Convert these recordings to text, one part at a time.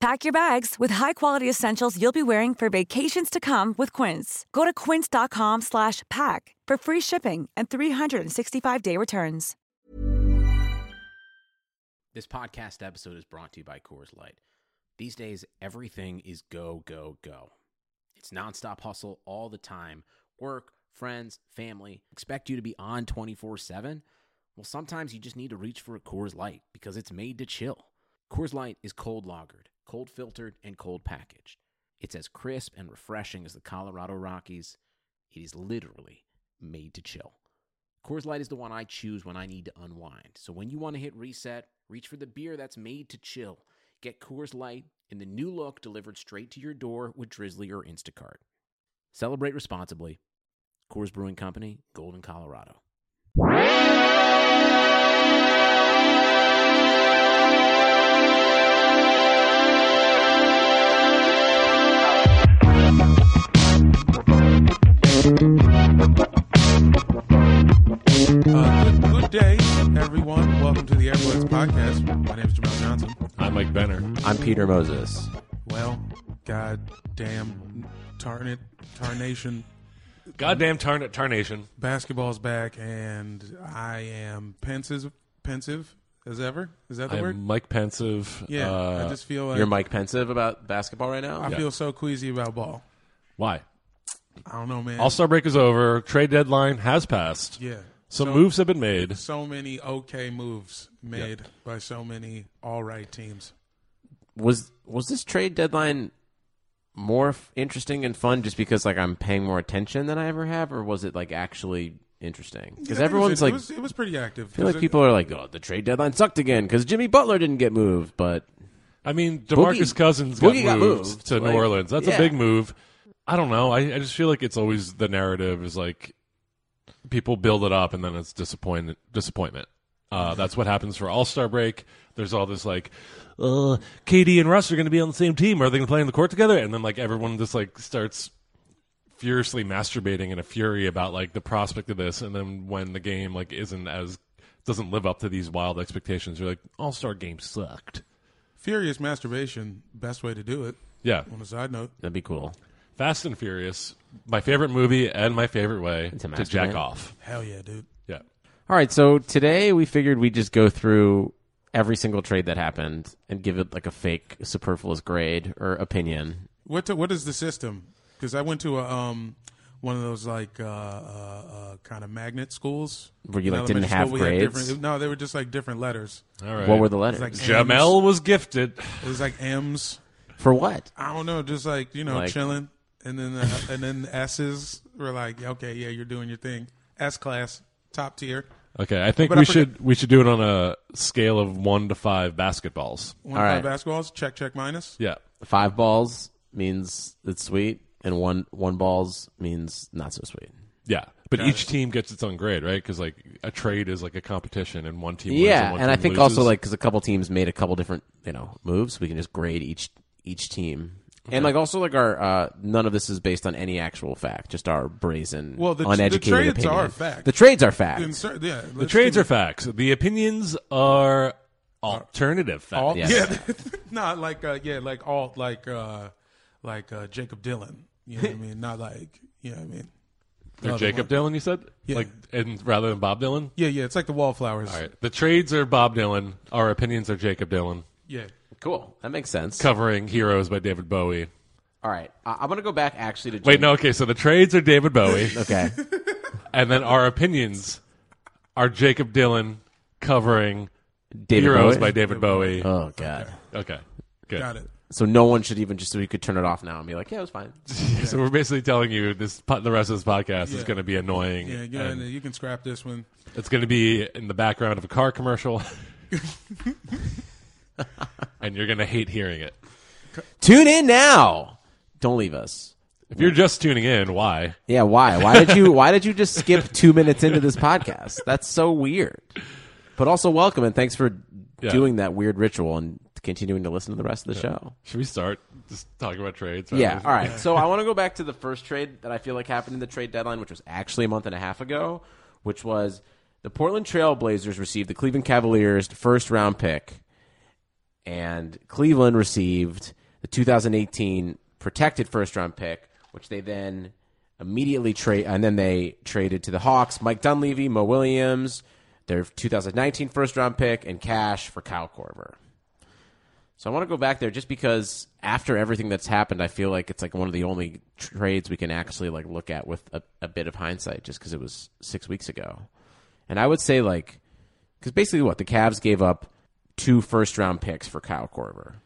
Pack your bags with high-quality essentials you'll be wearing for vacations to come with Quince. Go to quince.com slash pack for free shipping and 365-day returns. This podcast episode is brought to you by Coors Light. These days, everything is go, go, go. It's nonstop hustle all the time. Work, friends, family expect you to be on 24 7. Well, sometimes you just need to reach for a Coors Light because it's made to chill. Coors Light is cold lagered, cold filtered, and cold packaged. It's as crisp and refreshing as the Colorado Rockies. It is literally made to chill. Coors Light is the one I choose when I need to unwind. So when you want to hit reset, reach for the beer that's made to chill. Get Coors Light in the new look delivered straight to your door with Drizzly or Instacart. Celebrate responsibly. Coors Brewing Company, Golden, Colorado. Uh, good, good day, everyone. Welcome to the Airbloods podcast. My name is Jamal Johnson. I'm Mike Benner. I'm Peter Moses. Well, goddamn, tarnit, tarnation, Goddamn tarn- tarnation. basketball's back, and I am pensive, pensive as ever. Is that the I'm word? Mike Pensive. Yeah, Uh, I just feel like You're Mike Pensive about basketball right now? I feel so queasy about ball. why? I don't know, man. All Star break is over. Trade deadline has passed. yeah, Some so, moves have been made. So many okay moves made by so many all right teams. Was was this trade deadline more f- interesting and fun just because like I'm paying more attention than I ever have, or was it like actually interesting? Yeah, I Because think everyone's it was, like, it was, it was pretty active. I feel like people are like, oh, the trade deadline sucked again because Jimmy Butler didn't get moved, but I mean, Demarcus Boogie- Cousins Boogie got got moved, moved. to Like, New Orleans. That's a yeah. big move. I don't know. I, I just feel like it's always the narrative is like people build it up and then it's disappointment. Disappointment. Uh, that's what happens for All Star break. There's all this like, uh, KD and Russ are going to be on the same team. Are they going to play on the court together? And then like everyone just like starts furiously masturbating in a fury about like the prospect of this. And then when the game like isn't as doesn't live up to these wild expectations, you're like, All Star game sucked. furious masturbation. Best way to do it. Yeah. On a side note, that'd be cool. Fast and Furious, my favorite movie and my favorite way To to masturbate. jack off. hell yeah, dude. Yeah. All right, so today we figured we'd just go through every single trade that happened and give it like a fake superfluous grade or opinion. What to, what is the system? Because I went to a, um one of those like uh, uh, uh, kind of magnet schools Where you, In like, didn't elementary have school, we had grades? different- No, they were just like different letters. All right. What were the letters? like- Jamel was gifted. It was like M's. For what? I don't know, just like you know, Like- chilling. And then the, and then the S's were like, okay, yeah, you're doing your thing. S class, top tier. Okay, I think But we I forget- should we should do it on a scale of one to five basketballs. One All right. five basketballs, check check minus. Yeah. Five balls means it's sweet, and one one balls means not so sweet. Yeah. But each team gets its own grade, right? Because like a trade is like a competition, and one team wins. yeah, and, one and I team think loses. also like because a couple teams made a couple different you know moves, we can just grade each each team And like also like our uh, none of this is based on any actual fact, just our brazen, Well, the- the uneducated trades opinion. are fact. The trades are fact. In cer- yeah, The trades are facts. The opinions are alternative facts. alt. Yes. Yeah, not like uh, yeah, like alt, like uh, like uh, Jacob Dylan. You know what I mean? Not like you know what I mean. They're Another Jacob one. Dylan, you said? Yeah. Like and rather than Bob Dylan? Yeah, yeah. It's like the wallflowers. All right. The trades are Bob Dylan. Our opinions are Jacob Dylan. Yeah. cool. That makes sense. Covering Heroes by David Bowie. All right, I- I'm gonna go back actually to Wait, no, okay, so the trades are David Bowie. Okay, and then our opinions are Jacob Dylan covering David Heroes Bowie? by David Bowie. Oh god. okay. Good. Got it. So no one should even just so you could turn it off now and be like, yeah, it was fine. So we're basically telling you this po- the rest of this podcast is going to be annoying. Yeah, you, and know, you can scrap this one. It's going to be in the background of a car commercial. and you're going to hate hearing it. Tune in now. Don't leave us. If you're just tuning in, why? Yeah, why? Why did you? Why did you just skip two minutes into this podcast? That's so weird. But also welcome and thanks for Yeah. doing that weird ritual and continuing to listen to the rest of the show. Should we start just talking about trades? Yeah. All right. So I want to go back to the first trade that I feel like happened in the trade deadline, which was actually a month and a half ago, which was the Portland Trail Blazers received the Cleveland Cavaliers' first round pick, and Cleveland received the 2018 protected first round pick, which they then immediately trade, and then they traded to the Hawks, Mike Dunleavy, Mo Williams, their 2019 first round pick, and cash for Kyle Korver. So I want to go back there just because after everything that's happened, I feel like it's like one of the only trades we can actually like look at with a, a bit of hindsight, just because it was six weeks ago. And I would say like, because basically what the Cavs gave up two first round picks for Kyle Korver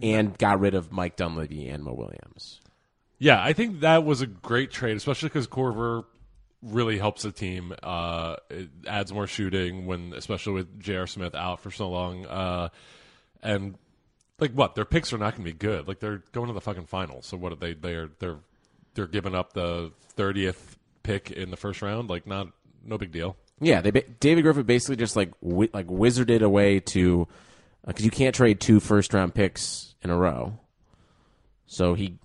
and got rid of Mike Dunleavy and Mo Williams. Yeah, I think that was a great trade, especially because Corver really helps the team. Uh, it adds more shooting when, especially with J.R. Smith out for so long. Uh, and like, what their picks are not going to be good. Like they're going to the fucking finals. So what are they? They're they're they're giving up the thirtieth pick in the first round. Like not no big deal. Yeah, they ba- David Griffin basically just like wi- like wizarded away to because you can't trade two first round picks in a row. So he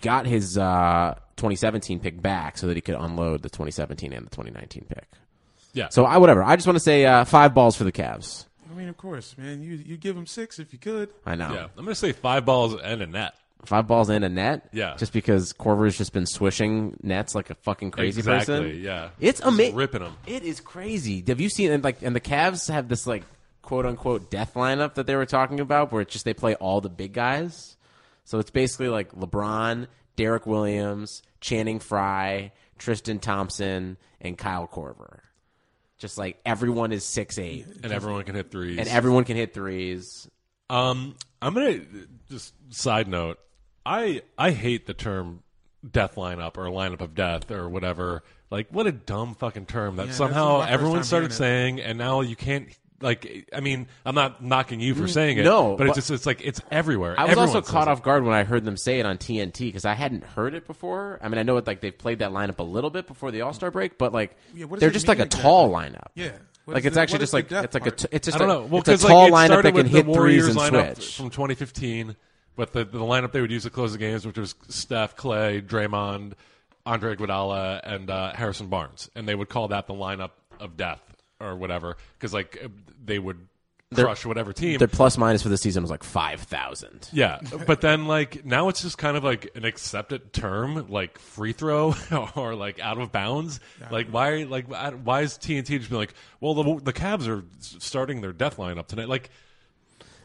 got his uh, 2017 pick back so that he could unload the 2017 and the 2019 pick. Yeah. So I whatever. I just want to say uh, five balls for the Cavs. I mean, of course, man. You you give them six if you could. I know yeah, I'm gonna say five balls and a net. five balls and a net. Yeah. just because Corver's just been swishing nets like a fucking crazy exactly. person. Yeah, It's Just amazing. Ripping them. It is crazy. Have you seen and like and the Cavs have this like quote unquote death lineup that they were talking about where it's just they play all the big guys. So it's basically like LeBron, Derek Williams, Channing Frye, Tristan Thompson, and Kyle Korver. Just like everyone is six eight And everyone can hit threes. and everyone can hit threes. Um, I'm gonna just side note. I I hate the term death lineup or lineup of death or whatever. Like, what a dumb fucking term that that's somehow my first everyone time started hearing saying, and now you can't. Like, I mean, I'm not knocking you for saying it. Mm, no, but, it's but- just it's like it's everywhere. I was Everyone also says caught it. off guard when I heard them say it on TNT because I hadn't heard it before. I mean, I know it like they've played that lineup a little bit before the All Star break, but like Yeah, what does they're it just like mean a exactly? tall lineup. Yeah. What like is it's the- actually what is just the like depth it's like a part? t- it's just I don't a, know. Well, it's a 'cause, like, tall it lineup started that can with hit the Warriors threes and lineup switch. from 2015, with the, the lineup they would use to close the games, which was Steph, Clay, Draymond, Andre Iguodala, and uh, Harrison Barnes, and they would call that the lineup of death or whatever, because like they would crush whatever team. Their plus minus for the season was like five thousand. Yeah, but then like now it's just kind of like an accepted term, like free throw or like out of bounds. Like why, like I- why is TNT just being like, well, the the Cavs are s- starting their death lineup tonight. Like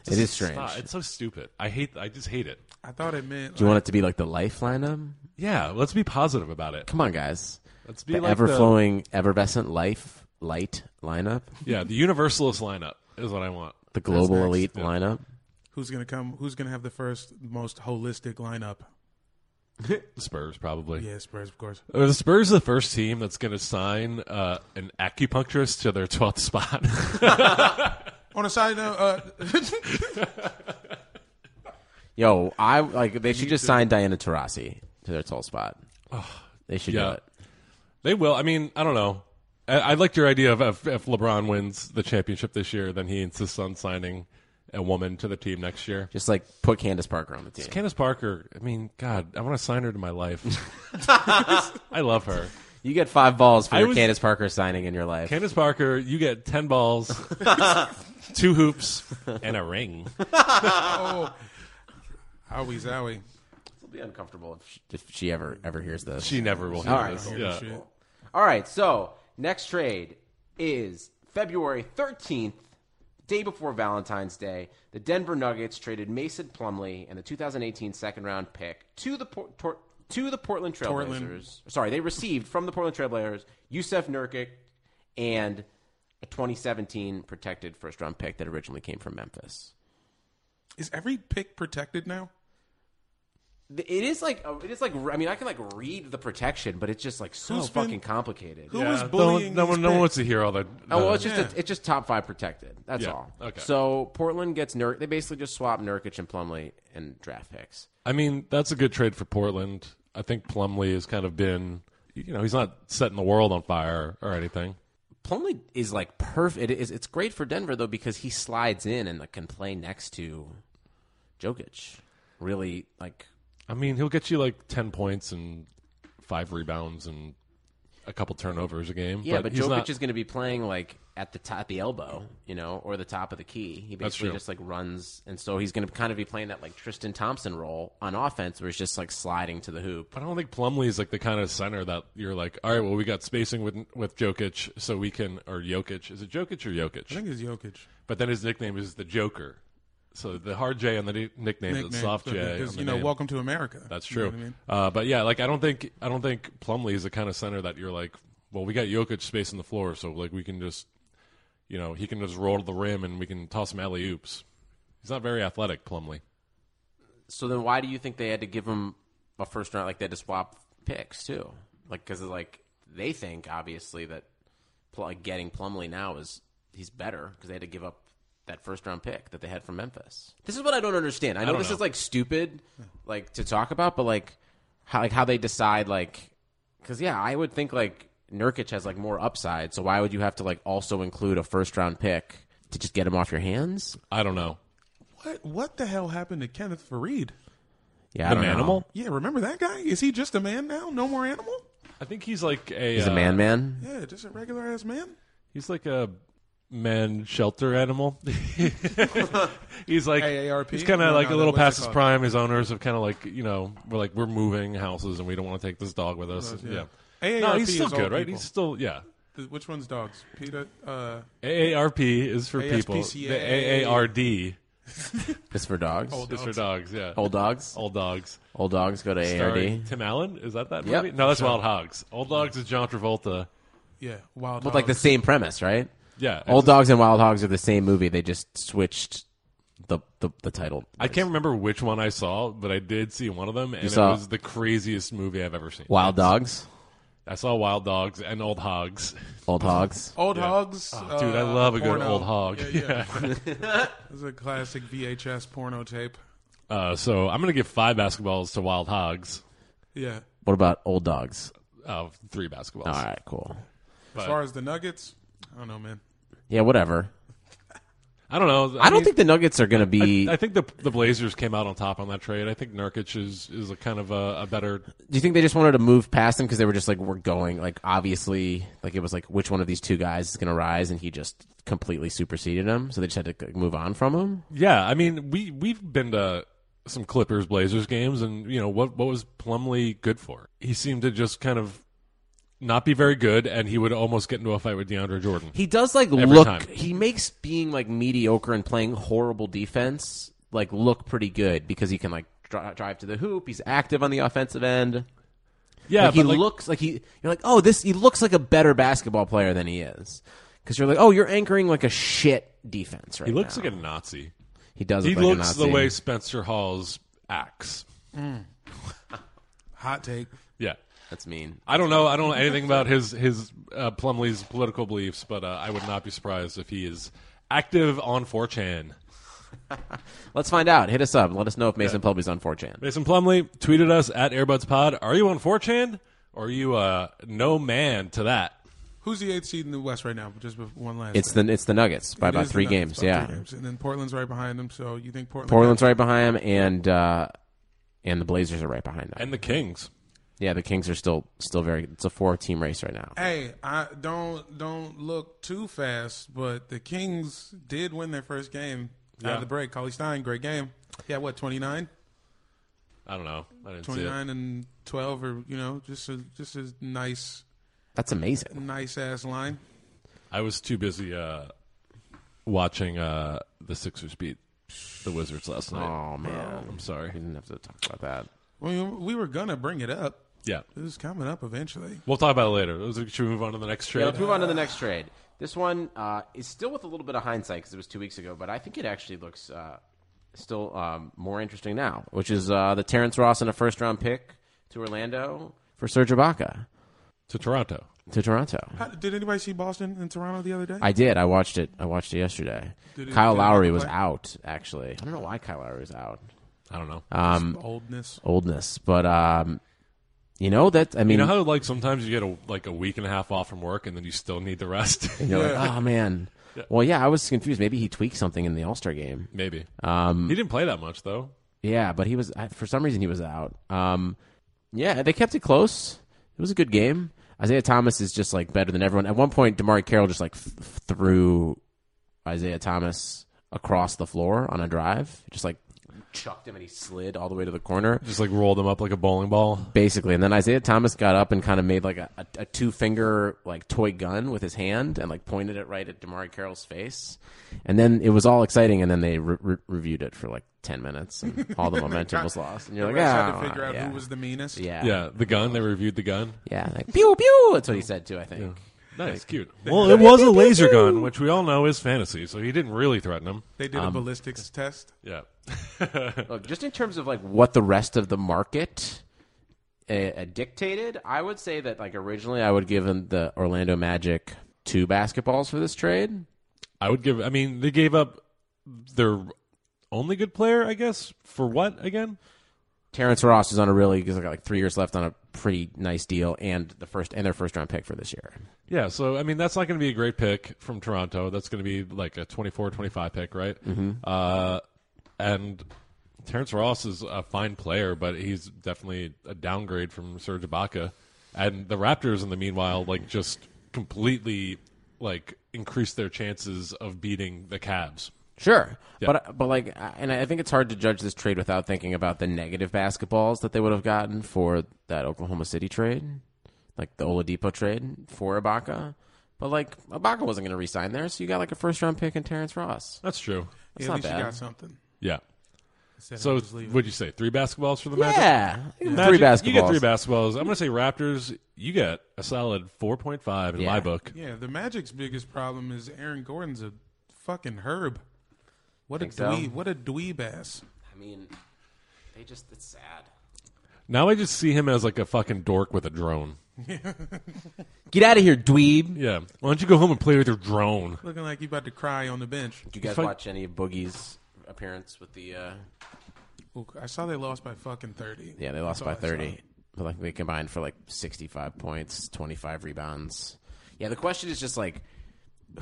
It is stop. strange. It's so stupid. I hate. I just hate it. I thought it meant. Do you want it to be like the life lineup? Yeah, let's be positive about it. Come on, guys. Let's be The like ever the- flowing, effervescent life light lineup, Yeah, the universalist lineup is what I want. the global elite lineup. who's gonna come? Who's gonna have the first, most holistic lineup? The Spurs probably. Yeah, Spurs, of course. Are the Spurs the first team that's going to sign uh, an acupuncturist to their twelfth spot? On a side note, uh, Yo, I like they should just sign Diana Taurasi to their tall spot. they should yeah. do it. They will. I mean, I don't know. I, I liked your idea of if, if LeBron wins the championship this year, then he insists on signing a woman to the team next year. Just like put Candace Parker on the team. It's Candace Parker. I mean, God, I want to sign her to my life. I love her. you get five balls for I your was- Candace Parker signing in your life. Candace Parker, you get 10 balls, two hoops, and a ring. Howie Zowie. It'll be uncomfortable if she, if she ever ever hears this. She never will hear All right. this. Yeah. Shit. All right, so next trade is February 13th, day before Valentine's Day. The Denver Nuggets traded Mason Plumley and the 2018 second round pick to the Por- Tor- to the Portland Portland. Trailblazers. Sorry, they received from the Portland Trailblazers Yusef Nurkic and a 2017 protected first round pick that originally came from Memphis. Is every pick protected now? Th- It is like a- it is like I mean I can like read the protection, but it's just like so Who's been- fucking complicated. Who was No one- bullying? no one, these no one picks? wants to hear all uh, that. Oh, well, it's just Yeah. it's just top five protected. That's Yeah, all. okay. So Portland gets Nurk. They basically just swap Nurkic and Plumlee and draft picks. I mean, that's a good trade for Portland. I think Plumlee has kind of been, you know, he's not setting the world on fire or anything. Plumlee is like perfect. It is. It's great for Denver though because he slides in and like, can play next to Jokic. Really like I mean, he'll get you like 10 points and five rebounds and a couple turnovers a game. yeah, but, he's Jokic not, is going to be playing like at the top, the elbow, you know, or the top of the key. He That's basically true. just like runs, and so he's going to kind of be playing that like Tristan Thompson role on offense, where he's just like sliding to the hoop. I don't think Plumlee is like the kind of center that you're like, all right, well, we got spacing with with Jokic, so we can or Jokic. Is it Jokic or I Jokic? think it's Jokic. But then his nickname is the Joker. So the hard J on the ni- nickname, the Nickname. soft J. Because on the you know, name. welcome to America. That's You know true. what I mean? uh, but yeah, like I don't think I don't think Plumlee is the kind of center that you're like, well, we got Jokic space on the floor, so like we can just, you know, he can just roll to the rim and we can toss him alley oops. He's not very athletic, Plumlee. So then, why do you think they had to give him a first round? Like they had to swap picks too, like because like they think obviously that pl- like getting Plumlee now is he's better because they had to give up that first round pick that they had from Memphis. This is what I don't understand. I know don't this know. is like stupid, like to talk about, but like how like how they decide like because yeah, I would think like Nurkic has like more upside, so why would you have to like also include a first round pick to just get him off your hands? I don't know. What what the hell happened to Kenneth Farid? Yeah, I The don't know. manimal? Yeah, remember that guy? Is he just a man now? No more animal? I think he's like a He's uh, a man, man. Yeah, just a regular ass man. He's like a man shelter animal. he's like AARP? He's kind of No, like no, a little what's it past his called? prime. His owners have kind of like you know we're like we're moving houses and we don't want to take this dog with us. Dogs, yeah. yeah. AARP no, he's still is good, old right? people. He's still yeah. Th- Which one's dogs? Peter. Uh, AARP is for people. The ASPCA. AARD It's for dogs. is for dogs. Yeah. Old dogs. Old dogs. Old dogs go to Starring ARD. Tim Allen is that that Yep. movie? No, that's Wild Hogs. Old Dogs is John Travolta. yeah, wild. But like the dogs. same premise, right? Yeah. Old dogs and wild hogs are the same movie. They just switched the the, the title. I can't remember which one I saw, but I did see one of them, and it saw- was the craziest movie I've ever seen. Wild dogs. I saw Wild Dogs and Old Hogs. Old hogs. old Oh, hogs. dude, I uh, love a good porno. old hog. Yeah, yeah. This is a classic VHS porno tape. Uh, so I'm going to give five basketballs to Wild Hogs. Yeah. What about old dogs? Uh, three basketballs. All right, cool. But As far as the Nuggets, I don't know, man. Yeah, whatever. I don't know. I, don't mean, think the Nuggets are going to be. I think the the Blazers came out on top on that trade. I think Nurkic is is a kind of a, a better. do you think they just wanted to move past him because they were just like, we're going like obviously like it was like which one of these two guys is going to rise, and he just completely superseded him, so they just had to like, move on from him. Yeah, I mean we we've been to some Clippers Blazers games, and you know what what was Plumlee good for? He seemed to just kind of not be very good, and he would almost get into a fight with DeAndre Jordan. He does like Every look. time. He makes being like mediocre and playing horrible defense like look pretty good because he can like dri- drive to the hoop. He's active on the offensive end. yeah, like, he but, like, looks like he. You're like, oh, this. He looks like a better basketball player than he is because you're like, oh, you're anchoring like a shit defense right he looks now. like a Nazi. he does. He look like a looks Nazi. the way Spencer Hall's acts. Hot take. Yeah. That's mean. I don't know. I don't know anything about his his uh, Plumlee's political beliefs, but uh, I would not be surprised if he is active on 4chan. Let's find out. Hit us up. and Let us know if Mason Plumlee's on 4chan. Mason Plumley tweeted us at AirbudsPod. Are you on 4chan? Or are you uh, no man to that? Who's the eighth seed in the West right now? Just bef- one last. It's thing. the it's the Nuggets by It about is the three Nuggets, games. about yeah, three games. and then Portland's right behind them. So you think Portland? Portland's right behind them, and uh, and the Blazers are right behind them. and the Kings. yeah, the Kings are still still very. It's a four team race right now. Hey, I don't don't look too fast, but the Kings did win their first game out of the break. Collie Stein, great game. Yeah, what 29? I don't know. I didn't see it. 29 and twelve, or you know, just a just a nice That's amazing. nice ass line. I was too busy uh, watching uh, the Sixers beat the Wizards last night. Oh man, I'm sorry. we didn't have to talk about that. We we were gonna bring it up. Yeah, It was coming up eventually. we'll talk about it later. Those are- Should we move on to the next Yeah, trade? let's move on to the next trade. This one uh, is still with a little bit of hindsight because it was two weeks ago, but I think it actually looks uh, still um, more interesting now, which is uh, the Terrence Ross and a first round pick to Orlando for Serge Ibaka to Toronto. to Toronto. How, did anybody see Boston and Toronto the other day? I did. I watched it. I watched it yesterday. Did it- Kyle did it Lowry make a was play? out. Actually, I don't know why Kyle Lowry was out. I don't know. Um, Oldness. oldness, but um, you know that. I mean, you know how like sometimes you get a, like a week and a half off from work and then you still need the rest. and you're like, oh man. Well, yeah, I was confused. Maybe he tweaked something in the All Star game. Maybe Um, he didn't play that much though. Yeah, but he was I- for some reason he was out. Um, yeah, they kept it close. It was a good game. Isaiah Thomas is just like better than everyone. At one point, Damari Carroll just like th- threw Isaiah Thomas across the floor on a drive, just like chucked him and he slid all the way to the corner, Just like rolled him up like a bowling ball. basically. And then Isaiah Thomas got up and kind of made like a, a, a two finger like toy gun with his hand and like pointed it right at Damari Carroll's face. And then it was all exciting. And then they re- re- reviewed it for like ten minutes, and all the momentum was lost. And you're The like, refs ah, had to figure out yeah. who was the meanest. yeah, yeah, Yeah, the gun. They reviewed the gun. like, pew pew. That's what he said too. I think. Nice, cute. Well, it was a laser gun, which we all know is fantasy, so he didn't really threaten him. They did Um, a ballistics test. Yeah. Look, just in terms of like what the rest of the market uh, uh, dictated, I would say that like originally I would give him the Orlando Magic two basketballs for this trade. I would give. I mean, they gave up their only good player, I guess. For what again? Terrence Ross is on a really he's got like three years left on a pretty nice deal and the first and their first round pick for this year. Yeah, so I mean that's not going to be a great pick from Toronto. That's going to be like a 24 25 pick, right? Mm-hmm. Uh, and Terrence Ross is a fine player, but he's definitely a downgrade from Serge Ibaka. And the Raptors in the meanwhile like just completely like increased their chances of beating the Cavs. Sure, Yeah. but but like, I- and I think it's hard to judge this trade without thinking about the negative basketballs that they would have gotten for that Oklahoma City trade, like the Oladipo trade for Ibaka. But like, Ibaka wasn't going to resign there, so you got like a first round pick and Terrence Ross. That's true. That's at not least you bad. got something. Yeah. Instead of So just leaving. would you say three basketballs for the Magic? Yeah, three Magic, basketballs. You get three basketballs. I'm going to say Raptors. You get a solid 4.5 in Yeah. my book. Yeah, the Magic's biggest problem is Aaron Gordon's a fucking herb. What a Think so? dweeb! What a dweeb ass! I mean, they just it's sad. Now I just see him as like a fucking dork with a drone. Get out of here, dweeb. Yeah. Why don't you go home and play with your drone? Looking like you about to cry on the bench. Did you guys Fuck. watch any of Boogie's appearance with the? Uh... Ooh, I saw they lost by fucking thirty. Yeah, they lost That's by all I saw. thirty. But like they combined for like sixty-five points, twenty-five rebounds. Yeah, the question is just like,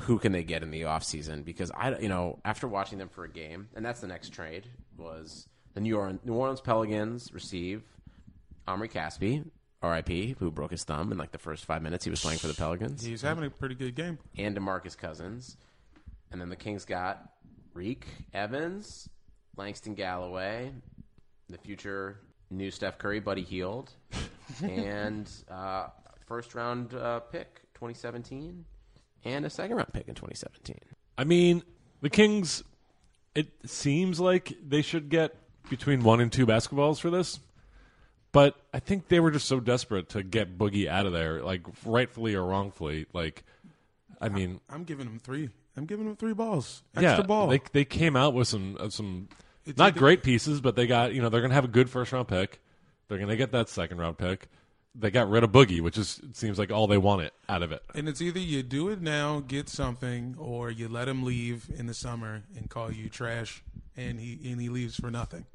who can they get in the offseason? Because I, you know, after watching them for a game, and that's the next trade was the New Orleans, New Orleans Pelicans receive Omri Caspi, R.I.P., who broke his thumb in like the first five minutes he was playing for the Pelicans, He's having a pretty good game. and DeMarcus Cousins, and then the Kings got Reek Evans, Langston Galloway, the future new Steph Curry, Buddy Healed, and uh, first round uh, pick 2017, and a second round pick in 2017. I mean, the Kings. It seems like they should get between one and two basketballs for this, but I think they were just so desperate to get Boogie out of there, like rightfully or wrongfully. Like, I mean, I'm giving him three. I'm giving him three balls. Extra yeah, ball. they they came out with some uh, some It's not either- great pieces, but they got you know they're gonna have a good first round pick. They're gonna get that second round pick. They got rid of Boogie, which is it seems like all they wanted out of it. and it's either you do it now, get something, or you let him leave in the summer and call you trash, and he and he leaves for nothing.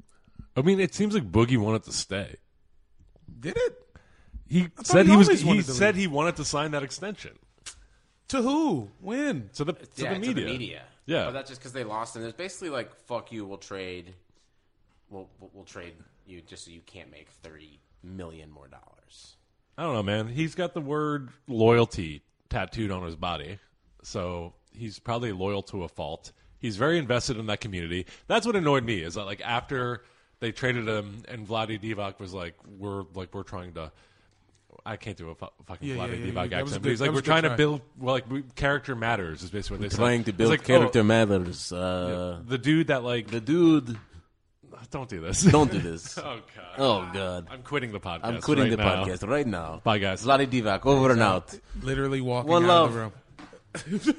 I mean, it seems like Boogie wanted to stay. Did it? He thought said he he, was. always He wanted to said leave. he wanted to sign that extension. To who? When? to the to yeah, the media. To the media. Yeah. But that's just because they lost, and it's basically like, "Fuck you, we'll trade, we'll we'll- we'll trade you just so you can't make thirty million more dollars." I don't know, man. He's got the word loyalty tattooed on his body, so he's probably loyal to a fault. He's very invested in that community. That's what annoyed me is that like after they traded him and Vladi Divac was like, "We're like we're trying to." I can't do a fu- fucking Yeah, Vladi yeah, yeah, Divac that was accent. good. But he's like, That was "We're a good trying to try. build well, like we, character matters." Is basically what they said. It's like, oh, matters. uh, yeah, the dude that like dude, don't do this. do this. oh god. oh God, I'm quitting the podcast. right now. podcast right now. Bye, guys. Vladi Divac, over and out. Literally walking One out love. of the room.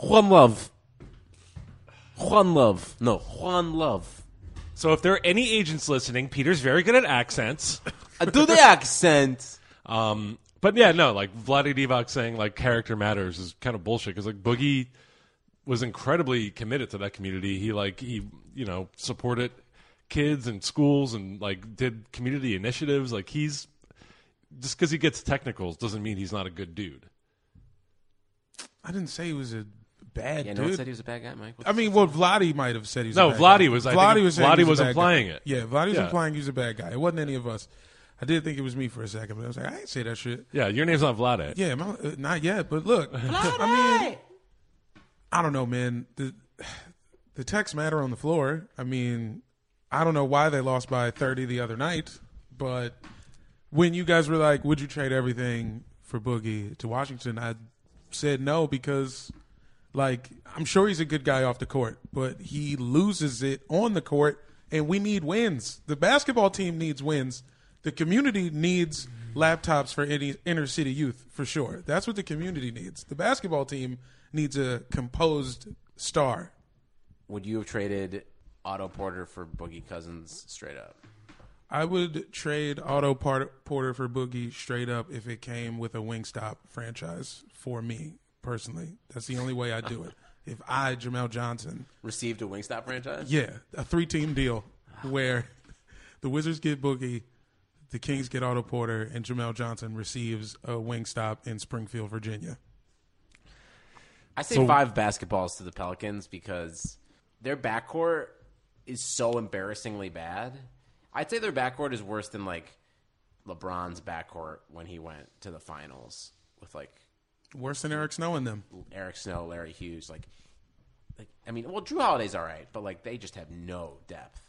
Juan Love. Juan Love. No, Juan Love. So if there are any agents listening, Peter's very good at accents. I Uh, do the accent. Um, but yeah, no, like Vladi Divac saying like character matters is kind of bullshit because like Boogie was incredibly committed to that community. He like he you know supported kids and schools and like did community initiatives. Like he's just because he gets technicals doesn't mean he's not a good dude. I didn't say he was a bad Yeah, no one dude. said he was a bad guy, Mike. I mean, well, Vladi might have said he was. No, a bad Vladi guy. was- I Vladi think was. saying he Vladi a was bad guy. implying it. Yeah, Vladi was Yeah. implying he was a bad guy. It wasn't any of us. I did think it was me for a second, but I was like, I ain't say that shit. Yeah, your name's not Vladi. Yeah, my, uh, not yet, but look. I mean, I don't know, man. The the techs matter on the floor. I mean, I don't know why they lost by 30 the other night, but when you guys were like, would you trade everything for Boogie to Washington? I said no because, like, I'm sure he's a good guy off the court, but he loses it on the court, and we need wins. The basketball team needs wins. The community needs laptops for any inner city youth, for sure. That's what the community needs. The basketball team needs a composed star. Would you have traded Otto Porter for Boogie Cousins straight up? I would trade Auto Porter for Boogie straight up if it came with a Wingstop franchise for me personally. That's the only way I do it. If I, Jamel Johnson, Received a Wingstop franchise? yeah, a three team deal where the Wizards get Boogie, the Kings get Auto Porter, and Jamel Johnson receives a Wingstop in Springfield, Virginia. I say five basketballs to the Pelicans because their backcourt is so embarrassingly bad. I'd say their backcourt is worse than like LeBron's backcourt when he went to the finals with like Worse than Eric Snow and them. Eric Snow, Larry Hughes. Like, like I mean, well, Drew Holiday's all right, but like they just have no depth.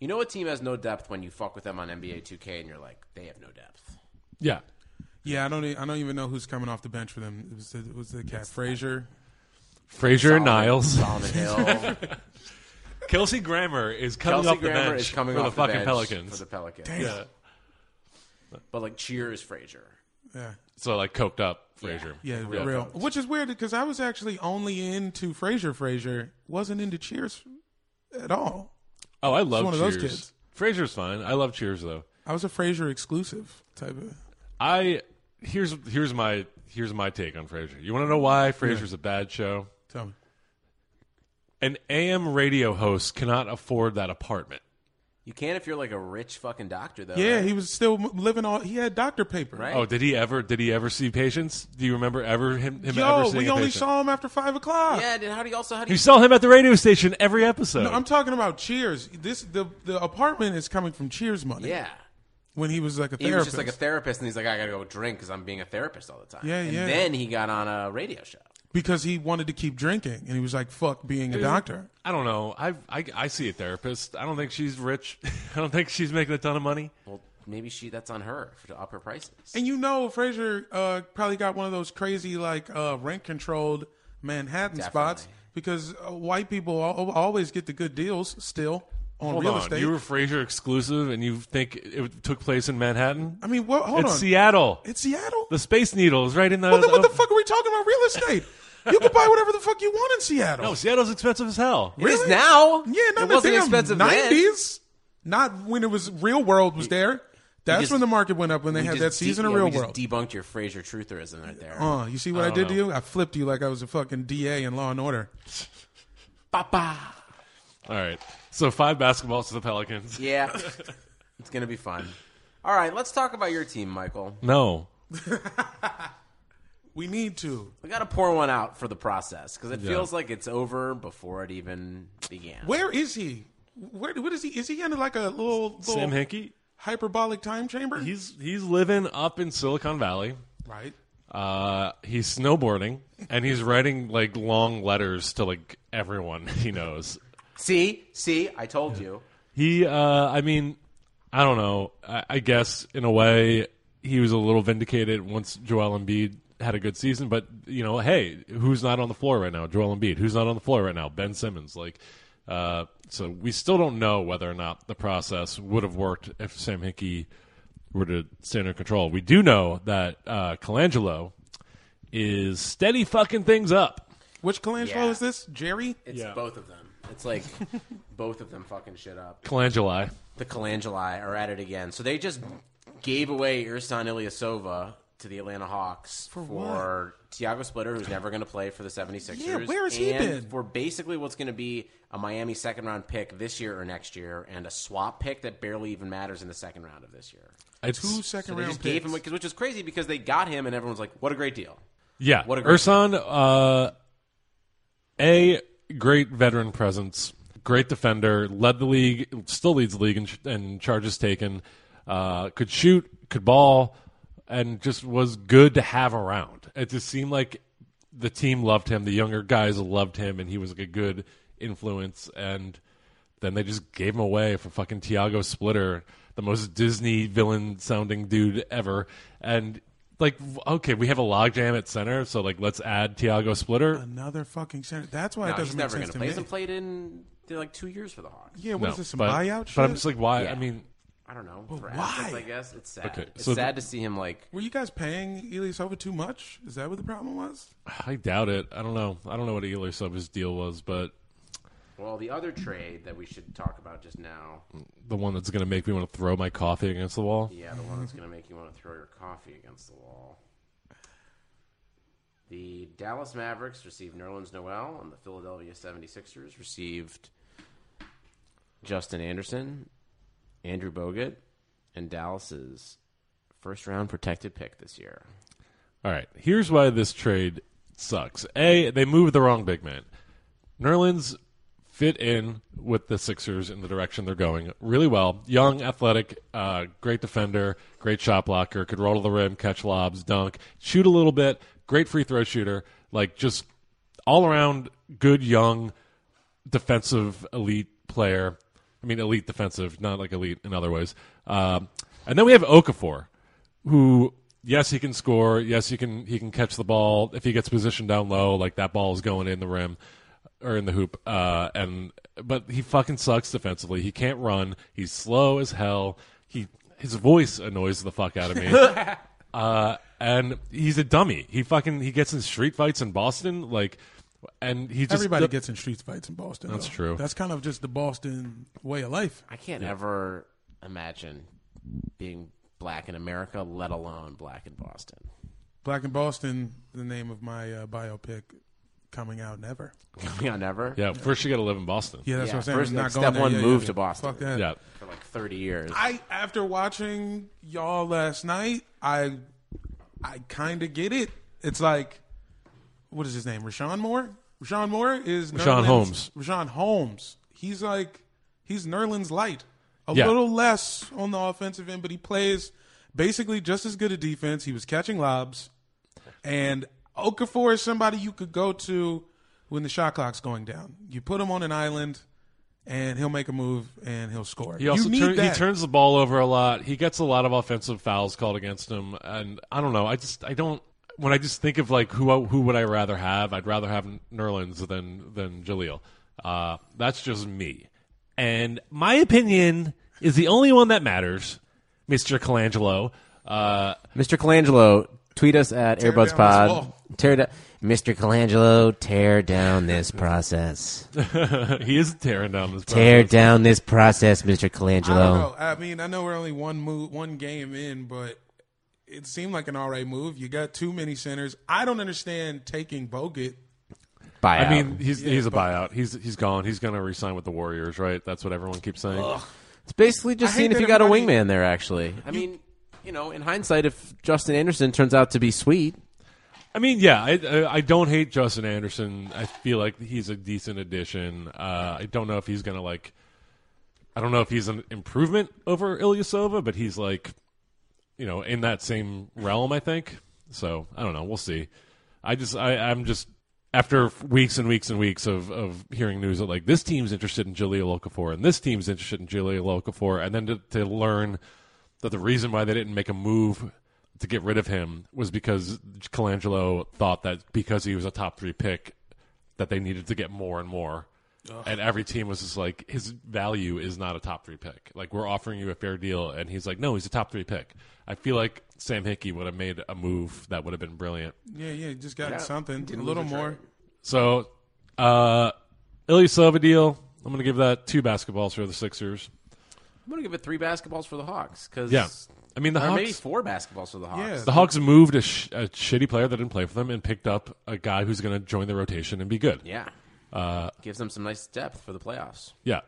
You know, a team has no depth when you fuck with them on NBA 2K, and you're like, they have no depth. yeah. Yeah, I don't. e- I don't even know who's coming off the bench for them. It was the, it was the cat Frazier. Frazier and Niles. Solomon Hill, Kelsey Grammer is coming Kelsey off the Grammer bench is coming for off the fucking bench Pelicans. for the Pelicans. yeah. But like, cheers, Frazier. Yeah. So like coked up Frazier. Yeah, real. Which is weird because I was actually only into Frasier. Frasier wasn't into Cheers at all. Oh, I love one of Cheers. those kids. Frasier's fine. I love Cheers though. I was a Frasier exclusive type of. I here's here's my here's my take on Frasier. You want to know why Frasier's a bad show? Tell me. An AM radio host cannot afford that apartment. You can if you're like a rich fucking doctor, though. Yeah, right? he was still m- living on. He had doctor paper. Right. Oh, did he ever did he ever see patients? Do you remember ever him, him ever Yo, seeing we a only patient? saw him after five o'clock. Yeah. Did how do you also how do You you? saw him at the radio station every episode. No, I'm talking about Cheers. This the the apartment is coming from Cheers money. Yeah. when he was like a He therapist. was just like a therapist, and he's like, I gotta go drink because I'm being a therapist all the time. Yeah, and yeah. Then he got on a radio show. because he wanted to keep drinking, and he was like, "Fuck being a doctor." I don't know. I've, I I see a therapist. I don't think she's rich. I don't think she's making a ton of money. Well, maybe she that's on her for to up her prices. And you know, Frazier uh, probably got one of those crazy, like, uh, rent controlled Manhattan spots because uh, white people al- always get the good deals still on Hold real on. estate. You were Fraser exclusive, and you think it took place in Manhattan? I mean, what? Hold it's on. Seattle. It's Seattle? The Space Needle is right in the. well, then what the fuck are we talking about real estate? you can buy whatever the fuck you want in Seattle. No, Seattle's expensive as hell. It is Really? now. yeah, not it the wasn't damn expensive then. 90s. Not when it was real world was there. That's just- when the market went up when they We had that just de- season of yeah, real we world. Just debunked your Fraser trutherism right there. uh, you see what I, did to you? I flipped you like I was a fucking DA in Law and Order. Papa. All right. So five basketballs to the Pelicans. Yeah. it's gonna be fun. All right, let's talk about your team, Michael. No. We need to. We got to pour one out for the process because it feels like it's over before it even began. Where is he? Where? What is he? Is he in like a little, little Sam Hickey, hyperbolic time chamber? he's he's living up in Silicon Valley. right. Uh, he's snowboarding and he's writing like long letters to like everyone he knows. See, see, I told you. He, uh, I mean, I don't know. I, I guess in a way he was a little vindicated once Joel Embiid had a good season. But you know, hey, who's not on the floor right now? Joel Embiid. Who's not on the floor right now? Ben Simmons. Like, uh, so we still don't know whether or not the process would have worked if Sam Hickey were to stay under control. We do know that uh, Colangelo is steady fucking things up. Which Colangelo Yeah. is this? Jerry. It's Yeah. both of them. It's like both of them fucking shit up. Colangeli. The Colangeli are at it again. So they just gave away Irsan Ilyasova to the Atlanta Hawks for, Tiago Splitter, who's never going to play for the 76ers. Yeah, where has he and been? For basically what's going to be a Miami second round pick this year or next year, and a swap pick that barely even matters in the second round of this year. It's- Two second So they round just gave picks. him, which is crazy because they got him, and everyone's like, what a great deal. Yeah. What a great Ursan, uh, a great veteran presence, great defender, led the league, still leads the league in, in charges taken, uh, could shoot, could ball, and just was good to have around. It just seemed like the team loved him, the younger guys loved him, and he was like a good influence. And then they just gave him away for fucking Tiago Splitter, the most Disney villain sounding dude ever. And like, w- okay, we have a logjam at center, so like, let's add Tiago Splitter. Another fucking center. That's why No, it he's doesn't make never going sense to to play. He me. hasn't played in like two years for the Hawks. Yeah, what is this? Some but, buyout shit. But I'm just like, why? Yeah. I mean, I don't know. for why? assets, I guess it's sad. Okay, it's so sad to see him like. Were you guys paying Ilyasova too much? Is that what the problem was? I doubt it. I don't know. I don't know what Ealer Sub's deal was, but Well, the other trade that we should talk about just now. the one that's gonna make me want to throw my coffee against the wall. Yeah, the one that's going to make you want to throw your coffee against the wall. The Dallas Mavericks received Nerlens Noel, and the Philadelphia 76ers received Justin Anderson, Andrew Bogut, and Dallas's first round protected pick this year. All right, here's why this trade sucks. A, they moved the wrong big man. Nerlens fit in with the Sixers in the direction they're going really well. Young, athletic, uh, great defender, great shot blocker, could roll to the rim, catch lobs, dunk, shoot a little bit, great free throw shooter, like just all around good young defensive elite player. I mean, elite defensive, not like elite in other ways. Um, and then we have Okafor, who yes, he can score. Yes, he can he can catch the ball if he gets positioned down low. Like that ball is going in the rim or in the hoop. Uh, and but he fucking sucks defensively. He can't run. He's slow as hell. He his voice annoys the fuck out of me. uh, and he's a dummy. He fucking he gets in street fights in Boston. Like, and he just Everybody the- gets in street fights in Boston. That's though. true. That's kind of just the Boston way of life. I can't ever imagine being black in America, let alone black in Boston. Black in Boston, the name of my uh, biopic coming out never. yeah, never. Yeah, first you got to live in Boston. Yeah, that's Yeah, what I'm saying. first, Not like, going step there. one, Yeah, yeah, move yeah. to Boston. Fuck that. yeah. For like 30 years. I after watching y'all last night, I I kind of get it. It's like what is his name? Rashawn Moore? Rashawn Moore is Rashawn Nerlens- Holmes. Rashawn Holmes. He's like he's Nerlens light. A Yeah. little less on the offensive end, but he plays basically just as good a defense. He was catching lobs. And Okafor is somebody you could go to when the shot clock's going down. You put him on an island and he'll make a move and he'll score. He also you need turn, he that. turns the ball over a lot. He gets a lot of offensive fouls called against him, and I don't know. I just I don't. When I just think of like who I- who would I rather have? I'd rather have Nerlens than than Jaleel. Uh, that's just me, and my opinion is the only one that matters, Mister Colangelo. Uh, Mr. Colangelo, tweet us at down AirbudsPod. this wall. Tear down, Mr. Colangelo, tear down this process. he is tearing down this. Tear process. down this process, Mr. I don't Colangelo. know. I mean, I know we're only one move, one game in, but it seemed like an all right move. You got too many centers. I don't understand taking Bogut. Buy I mean, he's he's a buyout. He's he's gone. He's going to resign with the Warriors, right? That's what everyone keeps saying. it's basically just I hate seeing if that you got a everybody- wingman there. Actually, I mean, you know, in hindsight, if Justin Anderson turns out to be sweet, I mean, yeah, I, I I don't hate Justin Anderson. I feel like he's a decent addition. Uh, I don't know if he's gonna like. I don't know if he's an improvement over Ilyasova, but he's like, you know, in that same realm. I think so. I don't know. We'll see. I just I I'm just after weeks and weeks and weeks of of hearing news that like this team's interested in Julia Okafor and this team's interested in Julia Okafor, and then to, to learn that the reason why they didn't make a move to get rid of him was because Colangelo thought that because he was a top three pick, that they needed to get more and more. And every team was just like, his value is not a top three pick. Like, we're offering you a fair deal. And he's like, no, he's a top three pick. I feel like Sam Hickey would have made a move that would have been brilliant. Yeah, yeah, just got something a little more. So, uh, Ilyasova deal, I'm going to give that two basketballs for the Sixers. I'm gonna give it three basketballs for the Hawks because Yeah. I mean, the or Hawks. maybe four basketballs for the Hawks. Yeah. The Hawks moved a, sh- a shitty player that didn't play for them and picked up a guy who's going to join the rotation and be good. Yeah. Uh, Gives them some nice depth for the playoffs. Yeah.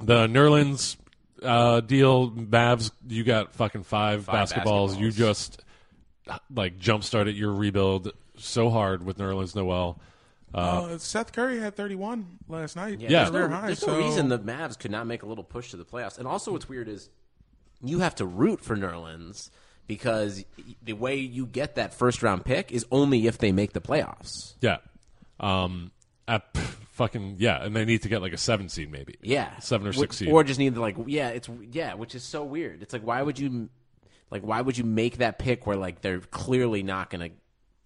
The Nerlens uh, deal, Mavs, you got fucking five, Five basketballs. You basketballs. just like jump started your rebuild so hard with Nerlens Noel. Uh, Seth Curry had 31 last night. Yeah. Career There's no, high, there's so no reason the Mavs could not make a little push to the playoffs. And also, what's weird is you have to root for Nerlens because the way you get that first round pick is only if they make the playoffs. Yeah. Um, uh, pff, fucking, yeah. And they need to get like a seven seed maybe. Yeah, Seven or Wh- six seed. or just need to like yeah, it's yeah, which is so weird. It's like why would you like why would you make that pick where like they're clearly not gonna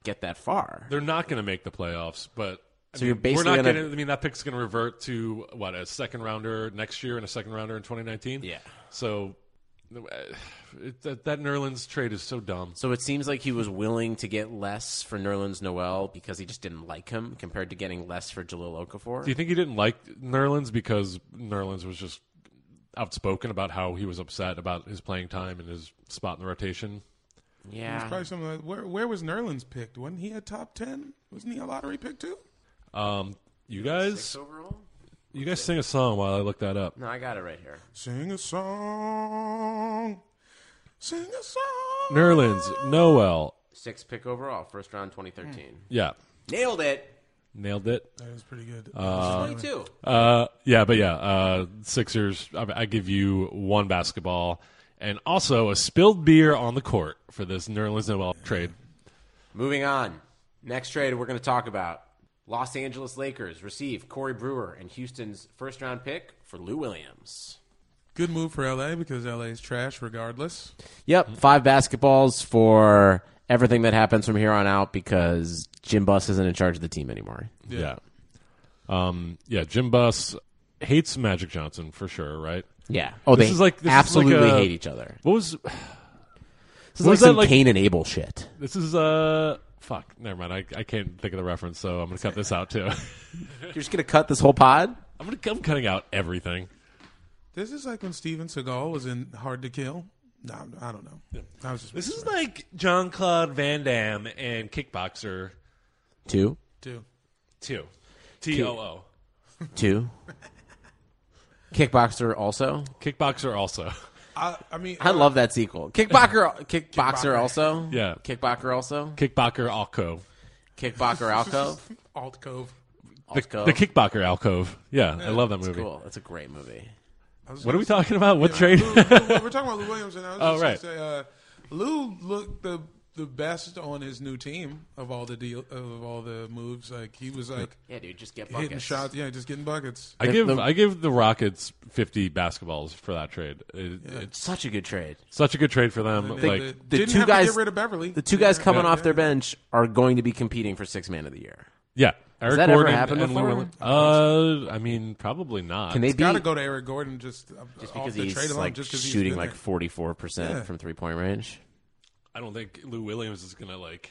get that far? They're not going to make the playoffs, but. I So mean, you're basically we're not gonna- gonna- I mean, that pick's going to revert to what a second rounder next year and a second rounder in 2019. Yeah. So uh, it, that, that Nerlens trade is so dumb. So it seems like he was willing to get less for Nerlens Noel because he just didn't like him compared to getting less for Jalil Okafor. Do you think he didn't like Nerlens because Nerlens was just outspoken about how he was upset about his playing time and his spot in the rotation? yeah. Probably something like, where, where was Nerlens picked? Wasn't he a top 10? Wasn't he a lottery pick, too? Um, you guys, Overall? you guys sing a song while I look that up. No, I got it right here. Sing a song. Sing a song. Nerlens, Noel, Sixth pick overall, first round 2013. yeah, Nailed it. nailed it. That was pretty good. 22. Uh, yeah, but yeah, uh, Sixers. I, I give you one basketball and also a spilled beer on the court for this Nerlens Noel trade. Moving on. Next trade we're going to talk about. Los Angeles Lakers receive Corey Brewer and Houston's first round pick for Lou Williams. Good move for LA because LA is trash regardless. Yep, five basketballs for everything that happens from here on out because Jim Buss isn't in charge of the team anymore. Yeah. Um, yeah, Jim Buss hates Magic Johnson for sure, right? Yeah. Oh, This they is like- this is like absolutely a- hate each other. What was This is what like is that some like- Cain and Abel shit. this is uh fuck, never mind. I, I can't think of the reference, so I'm gonna cut this out too. You're just gonna cut this whole pod? I'm gonna I'm cutting out everything. This is like when Steven Seagal was in Hard to Kill. No, I don't know. I was just This is like John Claude Van Damme and Kickboxer Two, too. two. T O O. two. Kickboxer also. Kickboxer also. I, I mean, uh, I love that sequel. Kickboxer, kickboxer also. Yeah. Kickboxer also. Kickboxer alcove. Kickboxer alcove. Alt Cove. The, Alcove. the Kickboxer alcove. Yeah, I love that It's movie. cool. It's a great movie. What are we talking about? What trade? Lou- Lou- we're talking about Lou Williams, and I was Oh, just right. gonna say, uh, Lou looked the the best on his new team of all the deal of all the moves. Like he was like Yeah, dude, just get hitting shots, yeah, just getting buckets. I give I give the Rockets 50 basketballs for that trade. It- It's Such a good trade. such a good trade for them. They- like they the didn't two have guys- to get rid of Beverly. The two guys coming off their bench are going to be competing for six man of the year. Yeah. Eric that ever Gordon happened and Lou before? Williams. Uh, I mean, probably not. Can they got to be go to Eric Gordon just, uh, just off because the trade he's alone, like just 'cause he's shooting been like there. forty four Yeah. percent from three point range? I don't think Lou Williams is gonna like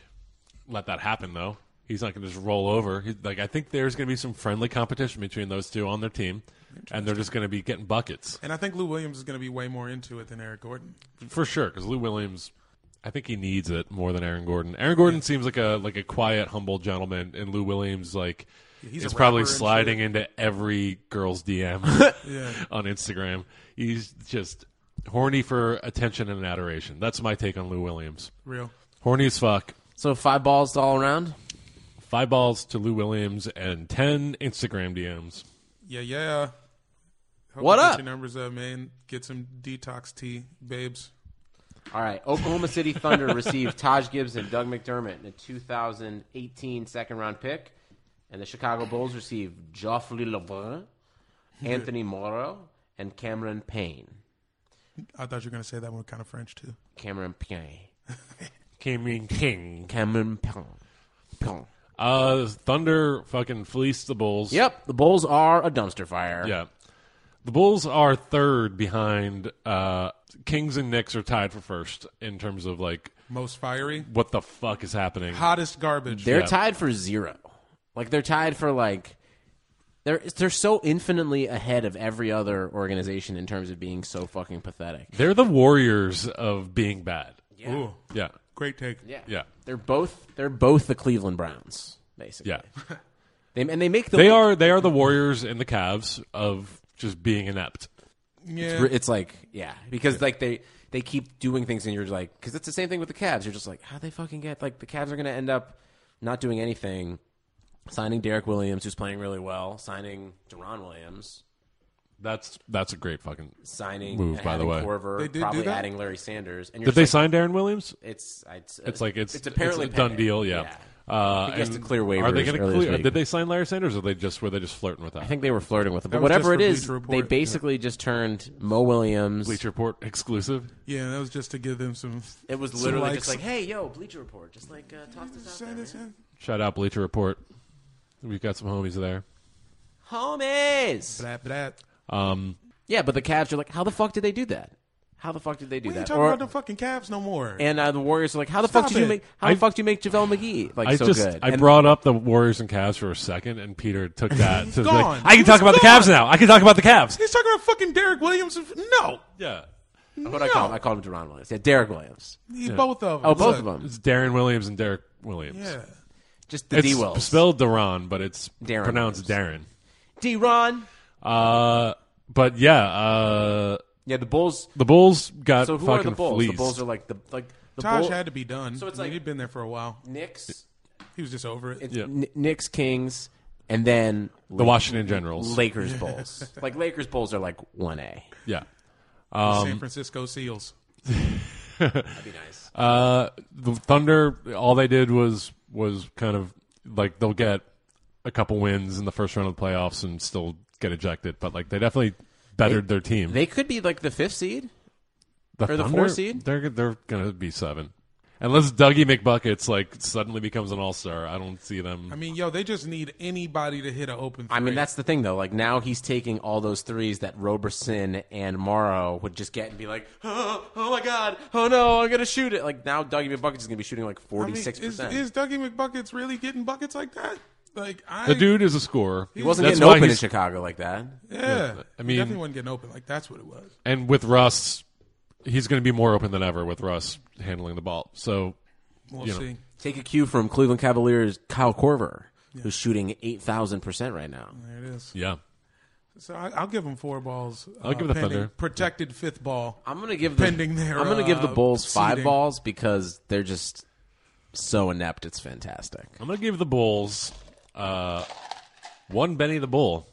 let that happen though. He's not gonna just roll over. He, like I think there's gonna be some friendly competition between those two on their team, and they're just gonna be getting buckets And I think Lou Williams is going to be way more into it than Eric Gordon. for sure. Because Lou Williams, I think he needs it more than Aaron Gordon. Aaron Gordon seems like a like a quiet, humble gentleman, and Lou Williams like he's is a probably rapper and sliding shit. into every girl's DM on Instagram. He's just horny for attention and adoration. That's my take on Lou Williams. Real. Horny as fuck. So five balls all around. Five balls to Lou Williams and 10 Instagram DMs. Yeah, yeah. Hope What you get up? Your numbers up, man. Get some detox tea, babes. All right. Oklahoma City Thunder received Taj Gibbs and Doug McDermott in a 2018 second round pick. And the Chicago Bulls received Joffrey LeBrun, Anthony Morrow, and Cameron Payne. I thought you were gonna say that one kind of French too. Cameron Payne. Cameron King. Cameron Payne. Payne. Uh, Thunder fucking fleeced the Bulls. Yep. The Bulls are a dumpster fire. Yeah. The Bulls are third behind. Uh, Kings and Knicks are tied for first in terms of like Most fiery, what the fuck is happening. hottest garbage. They're tied for zero. Like they're tied for like they're they're so infinitely ahead of every other organization in terms of being so fucking pathetic. They're the Warriors of being bad. Yeah. Ooh, Yeah. great take. Yeah. Yeah. They're both they're both the Cleveland Browns, basically. Yeah. They, and they make the They are they are the Warriors and the Cavs of just being inept. Yeah. it's, re- it's like yeah, because like they they keep doing things and you're just like cuz it's the same thing with the Cavs. You're just like how they fucking get like the Cavs are going to end up not doing anything. Signing Derek Williams, who's playing really well. Signing Deron Williams. That's that's a great fucking. Signing Move, and by the having way. Corver, They did do probably that? adding Larry Sanders. And you're Did they just like, sign Darren Williams? It's it's It's like it's it's apparently it's a done pending. deal. Yeah. Uh, He gets to and clear Are they waivers gonna early this clear? week. Did they sign Larry Sanders? Or they just were they just flirting with that? I think they were flirting with it, That but was just whatever it for is, Bleacher they Report. basically just turned Mo Williams. Bleach Report exclusive. Yeah, that was just to give them some. It was some literally likes. just like, hey, yo, Bleacher Report, just like uh, toss this out Say there, this, man. yeah. Shout out Bleacher Report. We've got some homies there. homies. Blah, blah. Um, Yeah, but the Cavs are like, how the fuck did they do that? How the fuck did they do We ain't that? talking Or- about the fucking Cavs no more. and uh, the Warriors are like, how the Stop fuck did you it. make? How I- the fuck do you make Javale McGee like I so just good? I And- brought up the Warriors and Cavs for a second, and Peter took that to like, gone. I can He's talk about the gone. Cavs now. I can talk about the Cavs. He's talking about fucking Derek Williams. and- No, Yeah, what I call him? I called him Deron Williams. Yeah, Derek Williams. He- both of them. Oh, both Look, of them. it's Darren Williams and Derek Williams. Yeah, Just the it's D Wills. spelled Deron, but it's Darren pronounced Deron. Darren. Uh, but yeah, uh, Yeah, the Bulls. the Bulls got So who fucking are the Bulls? fleeced. The Bulls are like the like the Taj Bull- had to be done. So it's I mean, like- he'd been there for a while. Knicks, He was just over it. Yeah. Kn- Knicks, Kings, and then the Washington Generals. Lakers Bulls. like Lakers Bulls are like one A. Yeah. Um, San Francisco Seals. That'd be nice. Uh, the Thunder, all they did was was kind of like they'll get a couple wins in the first round of the playoffs and still get ejected, but like they definitely bettered their team. They could be like the fifth seed. the or the Thunder, four seed? they're they're gonna be seven, unless Dougie McBuckets like suddenly becomes an all star. I don't see them. I mean, yo, they just need anybody to hit an open. Three. I mean, that's the thing though. Like now he's taking all those threes that Roberson and Morrow would just get and be like, oh, oh my god, oh no, I'm gonna shoot it. Like now Dougie McBuckets is gonna be shooting like I mean, forty six is, percent. is Dougie McBuckets really getting buckets like that? Like I, the dude is a scorer. He wasn't That's getting why open in he's- Chicago like that. yeah, I I mean- mean, definitely wasn't getting open. Like that's what it was. and with Russ, he's gonna be more open than ever with Russ handling the ball. So We'll You know. see. Take a cue from Cleveland Cavaliers Kyle Corver, who's shooting eight thousand percent right now. There it is. yeah, So I, I'll give them four balls. uh, I'll give the pending- Thunder. protected fifth ball. I'm gonna give Pending the, their, I'm gonna give the uh, Bulls five seeding. balls because they're just so inept. It's fantastic. I'm gonna give the Bulls uh, one Benny the Bull.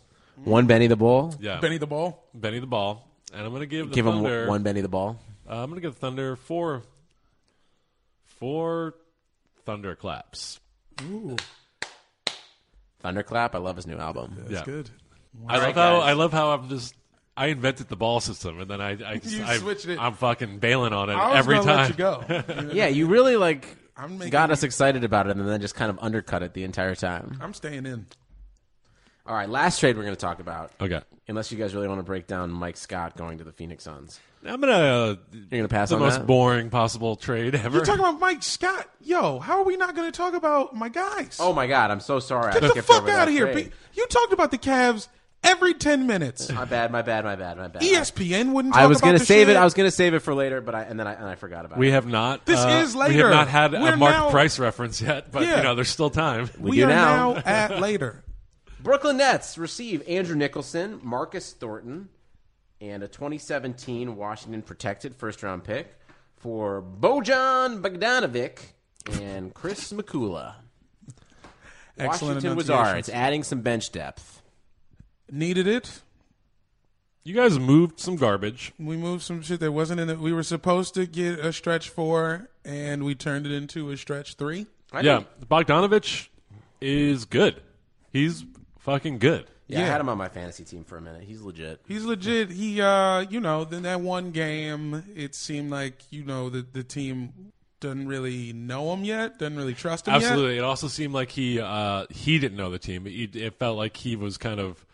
One Benny the Bull. Yeah, Benny the ball. Benny the Ball, and I'm gonna give the Give him Thunder. one Benny the Ball. uh, I'm gonna give the Thunder four, four thunderclaps. Thunderclap. I love his new album. That's Yeah. good. I love right, how guys. I love how I'm just I invented the ball system, and then I I, just, You I switched it. I'm fucking bailing on it I was every gonna time. let you go. You know, Yeah, you really like I'm making- got us excited about it, and then just kind of undercut it the entire time. I'm staying in. All right, last trade we're gonna talk about. Okay, Unless you guys really want to break down Mike Scott going to the Phoenix Suns, I'm gonna uh, you're gonna pass the on most that. boring possible trade ever. You're talking about Mike Scott. Yo, how are we not going to talk about my guys? oh my God, I'm so sorry. I Get the skipped fuck over out that of here. trade. Be- You talked about the Cavs every 10 minutes. My bad, my bad, my bad, my bad. E ESPN wouldn't talk I was going gonna to save shit. it. I was gonna save it for later, but I and then I and I forgot about we it. have not. This uh, is We later. have not had a We're Mark now- Price reference yet, but you Yeah. know there's still time. We do are now. now. at later. Brooklyn Nets receive Andrew Nicholson, Marcus Thornton, and a 2017 Washington protected first round pick for Bojan Bogdanovic and Chris McCula. Excellent Washington was enunciations. ours, adding some bench depth. Needed it. You guys moved some garbage. We moved some shit that wasn't in it. We were supposed to get a stretch four, and we turned it into a stretch three. I yeah, think- Bogdanovich is good. He's fucking good. yeah, I Yeah. had him on my fantasy team for a minute. He's legit. He's legit. He, uh, you know, then that one game, it seemed like you know the the team doesn't really know him yet, doesn't really trust him Absolutely. It also seemed like he uh, he didn't know the team. It, it felt like he was kind of.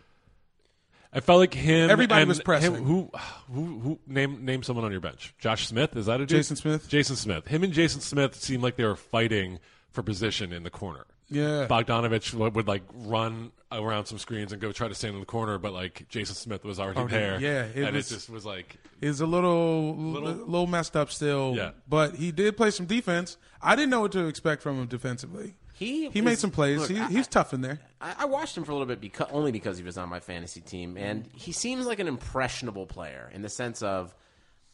I felt like him. Everybody and was pressing. him- who, who, who? Name, name someone on your bench. Josh Smith. Is that a dude? Jason Smith. Jason Smith. Him and Jason Smith seemed like they were fighting for position in the corner. yet. Yeah, Bogdanovich would, would like run around some screens and go try to stand in the corner, but like Jason Smith was already Already- there. Oh, yeah, it and was- it just was like is a little, little Little- messed up still. Yeah. but he did play some defense. I didn't know what to expect from him defensively. He He made was- some plays. look, he, I- he's tough in there. I, I watched him for a little bit because only because he was on my fantasy team, and Mm. he seems like an impressionable player in the sense of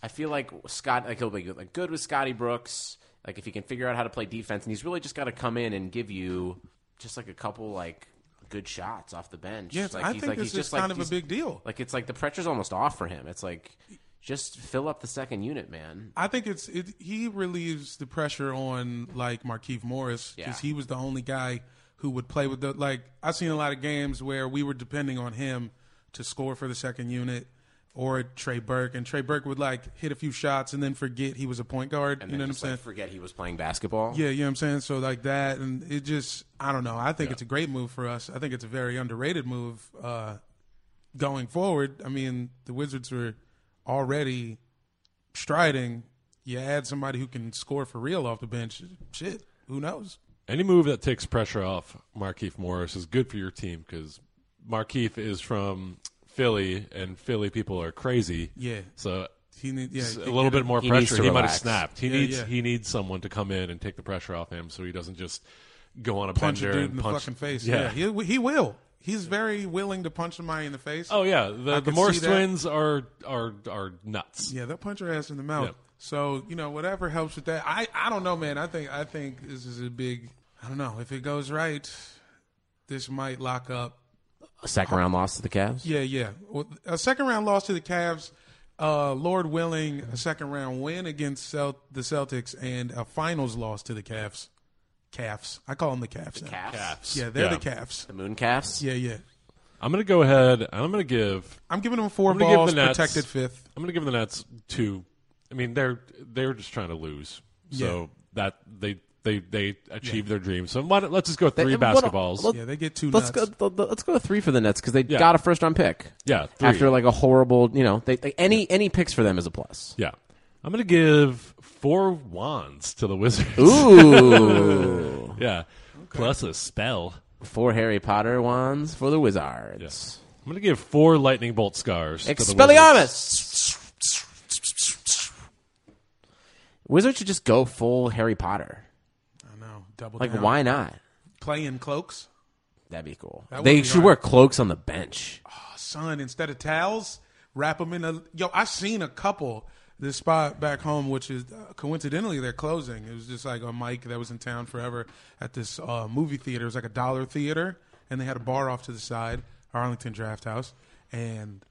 I feel like Scott like he'll be good, like good with Scotty Brooks, like if he can figure out how to play defense, and he's really just got to come in and give you just like a couple like good shots off the bench. Yes, like, I think this he's is kind of a big deal. Like it's like the pressure's almost off for him. It's like just fill up the second unit, man. I think it's it, he relieves the pressure on like Markeith Morris because Yeah. he was the only guy who would play with the like. I've seen a lot of games where we were depending on him to score for the second unit or Trey Burke, and Trey Burke would like hit a few shots and then forget he was a point guard. And you then know what I'm just, like, saying? forget he was playing basketball. yeah, you know what I'm saying. So like that, and it just I don't know. I think it's a great move for us. I think it's a very underrated move uh, going forward. I mean, the Wizards were already striding. You add somebody who can score for real off the bench. Shit, who knows? Any move that takes pressure off Markeith Morris is good for your team because Markeith is from Philly, and Philly people are crazy. Yeah. So He need, yeah, s- he a can little get bit more He needs pressure. to He might have relax. snapped. He Yeah, needs yeah. he needs someone to come in and take the pressure off him so he doesn't just go on a punch bender a dude and in the punch fucking face. Yeah. Yeah, he, he will. He's very willing to punch somebody in the face. oh yeah. I The, the could Morris see that. twins are are are nuts. Yeah, they'll punch her ass in the mouth. Yep. So you know, whatever helps with that. I I don't know, man. I think I think this is a big. I don't know if it goes right. This might lock up. A second round loss to the Cavs. Yeah, yeah. Well, A second round loss to the Cavs. Uh, Lord willing, a second round win against Celt- the Celtics and a finals loss to the Cavs. Cavs. I call them the Cavs. now. Cavs? Calves. Yeah, they're the Cavs. The Moon Cavs. Yeah, yeah. I'm gonna go ahead. and I'm gonna give. I'm giving them 4 I'm gonna give balls, the Nets- protected fifth. I'm gonna give the Nets two. I mean, they're they're just trying to lose. So Yeah. that they they they achieved their dream. So why don't- let's just go They- three what- basketballs. what- Yeah, they get two Let's nuts. go. th- th- Let's go to three for the Nets because they Yeah. got a first round pick. Yeah, three. After like a horrible, you know, they, they, any any picks for them is a plus. yeah, I'm gonna give four wands to the Wizards. Ooh, yeah, plus a spell. four Harry Potter wands for the Wizards. I'm gonna give four lightning bolt scars. to the Wizards. Expelliarmus. Wizards should just go full Harry Potter. I know. Double Like, down. why not? Playing cloaks. That'd be cool. That would they be should alright. wear cloaks on the bench. son instead of towels wrap them in a yo i seen a couple this spot back home which is uh, coincidentally they're closing it was just like a mic that was in town forever at this uh, movie theater it was like a dollar theater and they had a bar off to the side arlington draft house and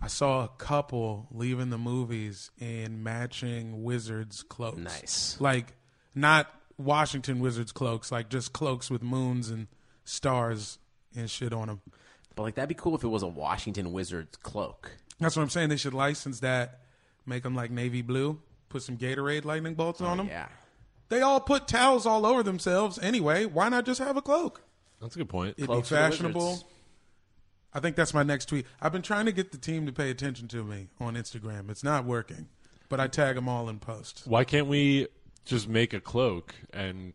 i saw a couple leaving the movies in matching wizards cloaks Nice. like not washington wizards cloaks like just cloaks with moons and stars and shit on them But like, that'd be cool if it was a Washington Wizards cloak. that's what I'm saying. They should license that, make them like navy blue, put some Gatorade lightning bolts on them. Oh, Yeah. They all put towels all over themselves anyway. Why not just have a cloak? That's a good point. It'd Cloaks be for the fashionable. Wizards. I think that's my next tweet. I've been trying to get the team to pay attention to me on Instagram. It's not working, but I tag them all in post. Why can't we just make a cloak and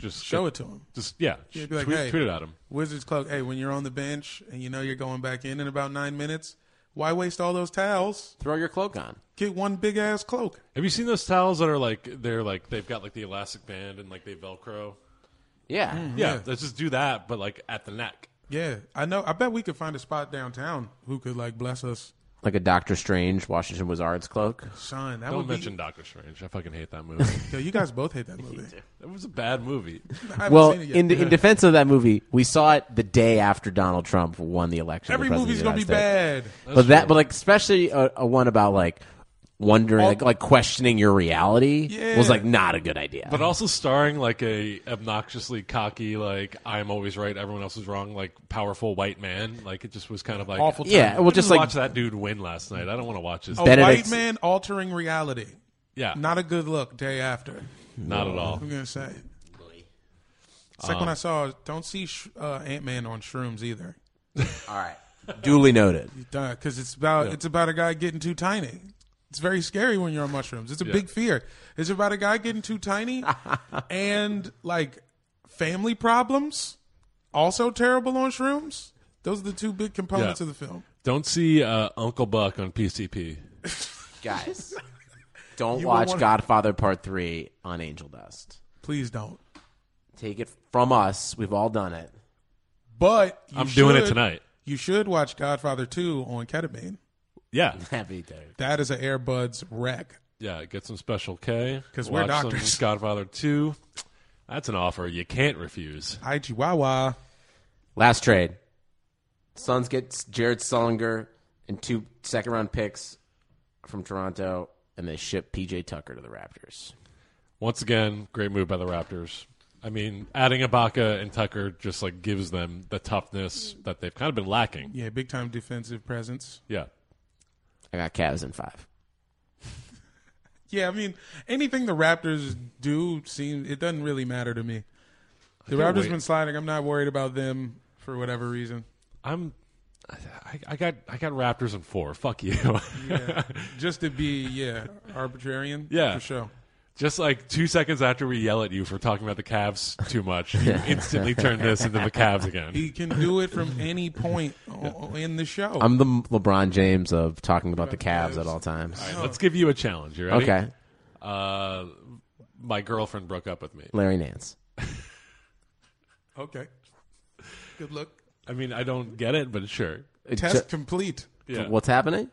just Show it to them. Just yeah, Yeah, sh- be like, tweet, hey. tweet it at him. Wizards cloak. Hey, when you're on the bench and you know you're going back in in about nine minutes, why waste all those towels? Throw your cloak on. Get one big ass cloak. Have you seen those towels that are like they're like they've got like the elastic band and like they velcro? Yeah. Yeah, Yeah. let's just do that, but like at the neck. Yeah, I know. I bet we could find a spot downtown who could like bless us like a Doctor Strange, Washington Wizards cloak. Sean, that Don't would mention Doctor Strange. I fucking hate that movie. be. Yo, you guys both hate that movie. that was a bad movie. I haven't Well, seen it yet. in in defense of that movie, we saw it the day after Donald Trump won the election. every for president movie's of gonna the be United States. bad. but that, but like especially a, a one about like wondering, All- like, like questioning your reality Yeah. was like not a good idea. But also starring like a obnoxiously cocky, like I'm always right, everyone else is wrong, like powerful white man. Like it just was kind of like Awful Yeah, time. I well, just like- watch that dude win last night. I don't want to watch this. A Benedict's- white man altering reality. yeah, not, Not a good look. Day after, at all. I'm gonna say. It's like when Uh, I saw don't see sh- uh, Ant Man on shrooms either, All right, duly noted. because it's about it's about a guy getting too tiny. It's very scary when you're on mushrooms. It's a big fear. It's about a guy getting too tiny and like family problems. Also terrible on shrooms. Those are the two big components Yeah. of the film. Don't see uh, Uncle Buck on PCP. guys don't You were watch one- godfather part 3 on angel dust Please don't. take it from us we've all done it But you I'm doing it should- tonight. You should watch Godfather 2 on ketamine. Yeah, happy day That is an Airbuds wreck. yeah. Get some Special K. 'Cause we're Watch some doctors. Godfather Two. That's an offer you can't refuse. Hi, Chihuahua. last trade suns get jared Sullinger and two second round picks from toronto and they ship pj tucker to the raptors Once again, great move by the Raptors. I mean, adding Ibaka and Tucker just like gives them the toughness that they've kind of been lacking. Yeah, big time defensive presence. Yeah. i got Cavs in five Yeah, I mean, anything the Raptors do seems it doesn't really matter to me. The Raptors wait. been sliding. I'm not worried about them for whatever reason. I'm. I, I got I got Raptors in four. Fuck you. Just to be, yeah, arbitrarian. Yeah. for sure. Just like two seconds after we yell at you for talking about the Cavs too much, you instantly turn this into the Cavs again. He can do it from any point o- in the show. i'm the lebron james of talking about the Cavs at all times All right, let's give you a challenge. You ready? okay Uh, my girlfriend broke up with me. larry nance okay. Good luck. I mean, I don't get it, but sure. It Test Uh, ju- complete. Yeah. what's happening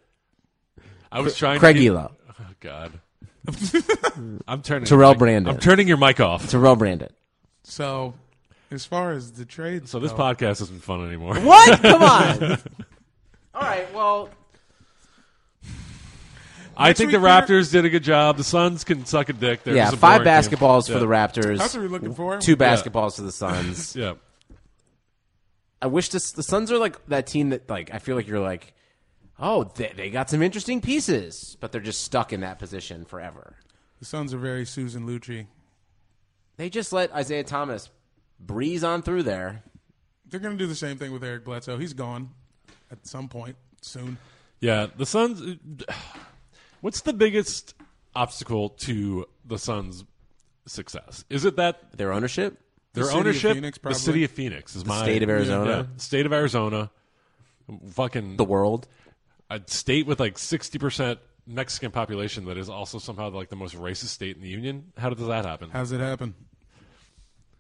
I was trying. craig to keep- elo Oh God. I'm turning Terrell your mic- Brandon. I'm turning your mic off. terrell brandon So, as far as the trades, So this go, podcast isn't fun anymore. what come on all right well I think the week we're- Raptors did a good job. The Suns can suck a dick. They're yeah, just a five boring team. basketballs Yeah. for the Raptors. That's what we're looking for. Two basketballs for the Suns. Yeah. I wish this, the Suns are like that team that like I feel like you're like, oh, they, they got some interesting pieces, but they're just stuck in that position forever. the Suns are very Susan Lucci. They just let Isaiah Thomas breeze on through there. They're going to do the same thing with Eric Bledsoe. He's gone at some point soon. Yeah, the Suns. What's the biggest obstacle to the Suns' success? Is it that Their ownership, their city of ownership, Phoenix, the probably. city of Phoenix, is my state of Arizona, yeah, state of Arizona, fucking the world. a state with like sixty percent Mexican population that is also somehow like the most racist state in the union. How does that happen? How's it happen? I,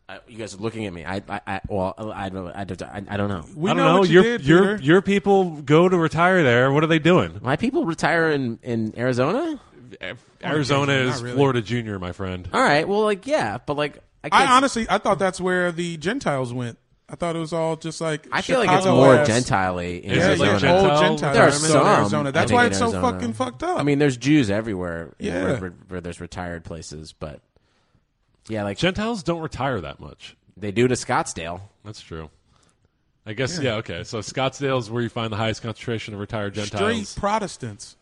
Uh, you guys are looking at me. I, I, I well, I, I, don't- I, don't- I, I don't know. We I don't know. what you your did, your Peter. your people go to retire there. What are they doing? My people retire in in Arizona. Arizona Not is really. Florida Junior, my friend. All right. Well, like yeah, but like I, can't, I honestly, I thought that's where the Gentiles went. I thought it was all just like I feel like it's Chicago more ass- gentile-y in Is Yeah, Arizona. it yeah, like Gentile, Gentile Gentile There are environment in some. Arizona. That's I think, why in it's so Arizona. fucking fucked up. I mean, there's Jews everywhere Yeah. where, where, where there's retired places, but yeah, like Gentiles don't retire that much. they do to Scottsdale. That's true. I guess yeah. okay. So Scottsdale is where you find the highest concentration of retired straight Gentiles. Protestants,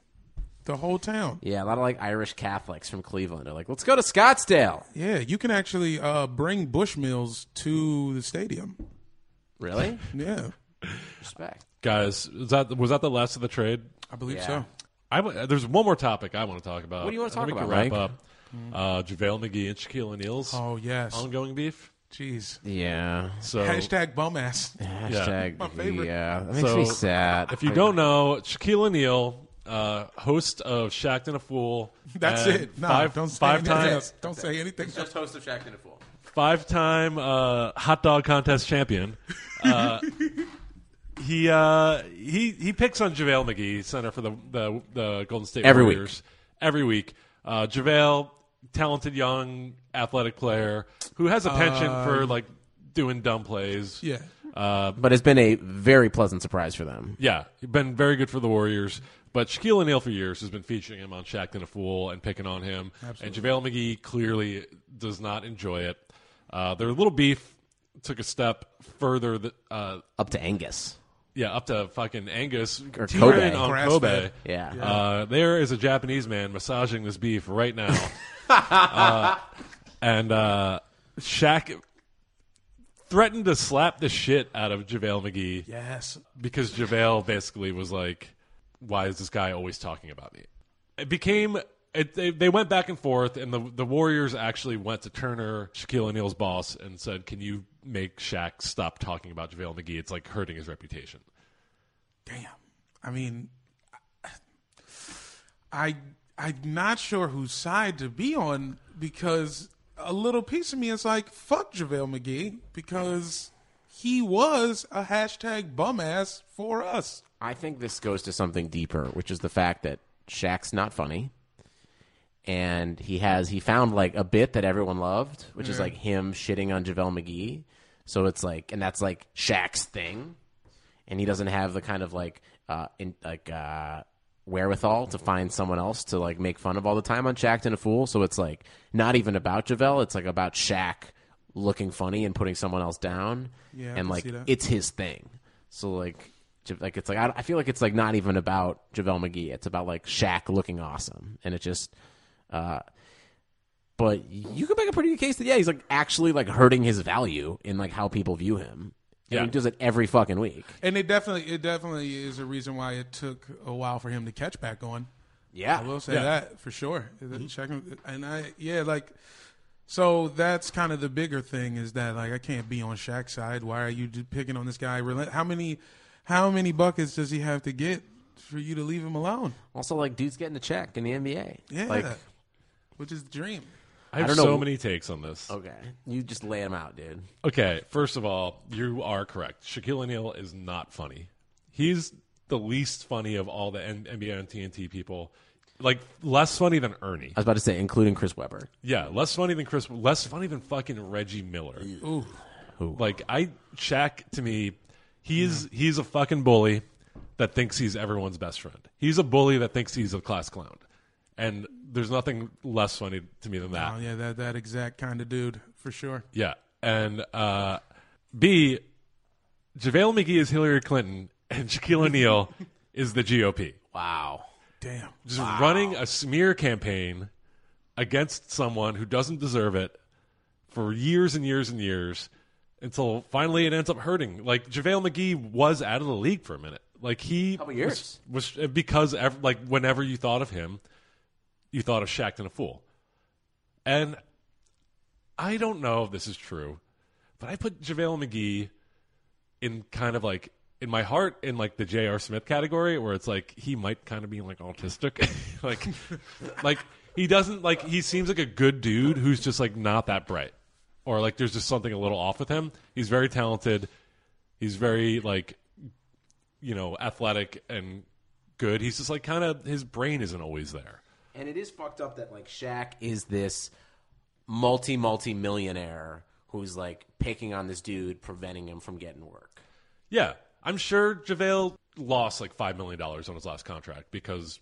the whole town. Yeah, a lot of like Irish Catholics from Cleveland are like, let's go to Scottsdale. Yeah, you can actually uh, bring Bushmills to the stadium. Really? Yeah, Respect. Guys, is that was that the last of the trade? I believe Yeah. so. I w- there's one more topic I want to talk about. What do you wanna to talk we can about, Wrap Mike? up. Uh, Javale McGee and Shaquille O'Neal's Oh yes, ongoing beef. jeez. Yeah. So Hashtag bum ass. Hashtag. My favorite. Yeah. That makes So, me sad. if you don't know, Shaquille O'Neal, uh, host of Shacked and a Fool. That's Uh, and it. No, five, don't say five anything time else. Don't say anything. else. host of Shack and a Fool. five time uh, hot dog contest champion. Uh, he uh, he he picks on JaVale McGee, center for the the, the Golden State Every week. Warriors, every week. Uh, JaVale, talented young athletic player who has a penchant for Um, like doing dumb plays. Yeah. but it's been a very pleasant surprise for them. Yeah, he's been very good for the Warriors. But Shaquille O'Neal for years has been featuring him on Shaq and a Fool and picking on him. And JaVale McGee clearly does not enjoy it. Uh, their little beef took a step further. Th- uh, Up to Angus. yeah, up to fucking Angus Or tearing Kobe. on Grass Kobe. fed. Yeah. Uh, there is a Japanese man massaging this beef right now, uh, and uh, Shaq threatened to slap the shit out of JaVale McGee Yes. because JaVale basically was like, "Why is this guy always talking about me?" It became it, they, they went back and forth, and the the Warriors actually went to Turner, Shaquille O'Neal's boss, and said, "Can you make Shaq stop talking about JaVale McGee? It's like hurting his reputation." Damn. I mean, I I'm not sure whose side to be on because a little piece of me is like, fuck JaVale McGee because he was a hashtag bum ass for us. I think this goes to something deeper, which is the fact that Shaq's not funny. And he has he found like a bit that everyone loved, which is like him shitting on JaVale McGee. So it's like and that's like Shaq's thing. And he doesn't have the kind of like uh in like uh wherewithal to find someone else to like make fun of all the time on Shaq and a Fool. So it's like not even about JaVale, it's like about Shaq looking funny and putting someone else down. Yeah, I and can like see that. it's his thing. So like, Ja- like it's like I, I feel like it's like not even about Javale McGee. It's about like Shaq looking awesome, and it just. Uh, but you can make a pretty good case that yeah, he's like actually like hurting his value in like how people view him. Yeah, Yeah. he does it every fucking week. And it definitely it definitely is a reason why it took a while for him to catch back on. Yeah, I will say that for sure. Mm-hmm. Checking and I yeah like so that's kind of the bigger thing is that like I can't be on Shaq's side. Why are you d- picking on this guy? Relent- How many how many buckets does he have to get for you to leave him alone? Also, like dudes getting a check in the NBA. Yeah, like which is the dream. I have don't know. Oh. so many takes on this. okay, you just lay him out, dude. Okay, first of all, you are correct. Shaquille O'Neal is not funny. He's the least funny of all the N- NBA and TNT people. Like less funny than Ernie. I was about to say, including Chris Webber. Yeah, less funny than Chris. Less funny than fucking Reggie Miller. Ooh. Like I Shaq to me, he is he's a fucking bully that thinks he's everyone's best friend. He's a bully that thinks he's a class clown, and there's nothing less funny to me than that. Oh yeah, that that exact kind of dude for sure. Yeah. And uh, B, JaVale McGee is Hillary Clinton and Shaquille O'Neal is the GOP. Wow. Damn. Just running a smear campaign against someone who doesn't deserve it for years and years and years until finally it ends up hurting. Like JaVale McGee was out of the league for a minute. Like he Couple years. was, was because ev- like whenever you thought of him, you thought of Shaq and a fool. And I don't know if this is true, but I put JaVale McGee in kind of like in my heart in like the J.R. Smith category where it's like he might kind of be like autistic. like like he doesn't like he seems like a good dude who's just like not that bright. Or like there's just something a little off with him. He's very talented. He's very like you know, athletic and good. He's just like kind of his brain isn't always there. And it is fucked up that like Shaq is this multi multi millionaire who's like picking on this dude, preventing him from getting work. Yeah, I'm sure JaVale lost like five million dollars on his last contract because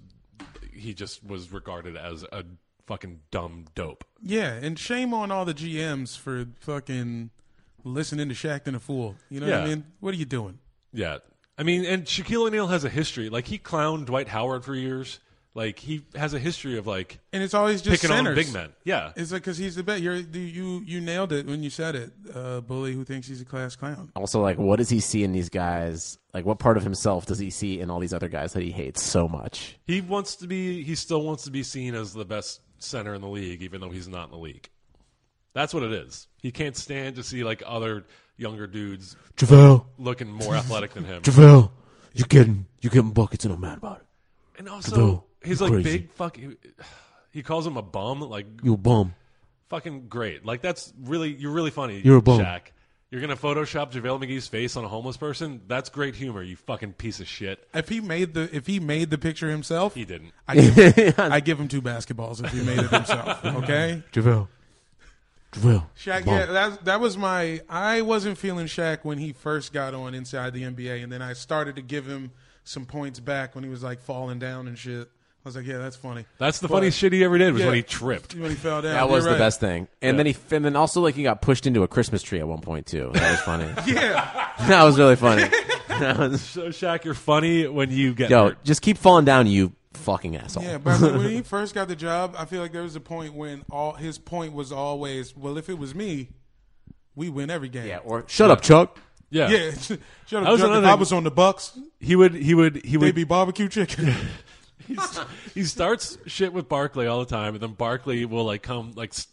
he just was regarded as a fucking dumb dope. Yeah, and shame on all the GMs for fucking listening to Shaq and a fool. You know what I Yeah. mean? What are you doing? Yeah, I mean, and Shaquille O'Neal has a history. Like he clowned Dwight Howard for years. Like he has a history of like And it's always just picking centers. on big men. Yeah, It's like because he's the best. You're, you you you nailed it when you said it. Uh, bully who thinks he's a class clown. Also, like, what does he see in these guys? Like, what part of himself does he see in all these other guys that he hates so much? he wants to be. He still wants to be seen as the best center in the league, even though he's not in the league. That's what it is. He can't stand to see like other younger dudes JaVale, looking more athletic than him. JaVale, you getting you getting buckets and I'm mad about it. And Though, also, he's you're like crazy. big fucking. He calls him a bum. Like You a bum. fucking great. Like that's really you're really funny. You're a bum. Shaq. You're gonna Photoshop JaVale McGee's face on a homeless person? That's great humor, you fucking piece of shit. If he made the if he made the picture himself, He didn't. I give, I give him two basketballs if he made it himself. Okay, JaVale. JaVale. Shaq. Yeah, that that was my. I wasn't feeling Shaq when he first got on inside the NBA, and then I started to give him some points back when he was like falling down and shit. I was like, yeah, that's funny. That's the But- funniest shit he ever did was Yeah. when he tripped. When he fell down, That was You're the right. best thing. And then he and then also like he got pushed into a Christmas tree at one point too. That was funny. Yeah, that was really funny. That was- So Shaq, you're funny when you get Yo, hurt. just keep falling down, you fucking asshole. yeah. But I mean, when he first got the job, I feel like there was a point when all his point was always, well, if it was me, we win every game. Yeah, or shut up, Chuck. Yeah. yeah. Shut up, That was Chuck. another If I thing. was on the Bucks, He would he would he they'd would be barbecue chicken. he's- he starts shit with Barkley all the time, and then Barkley will like come like s-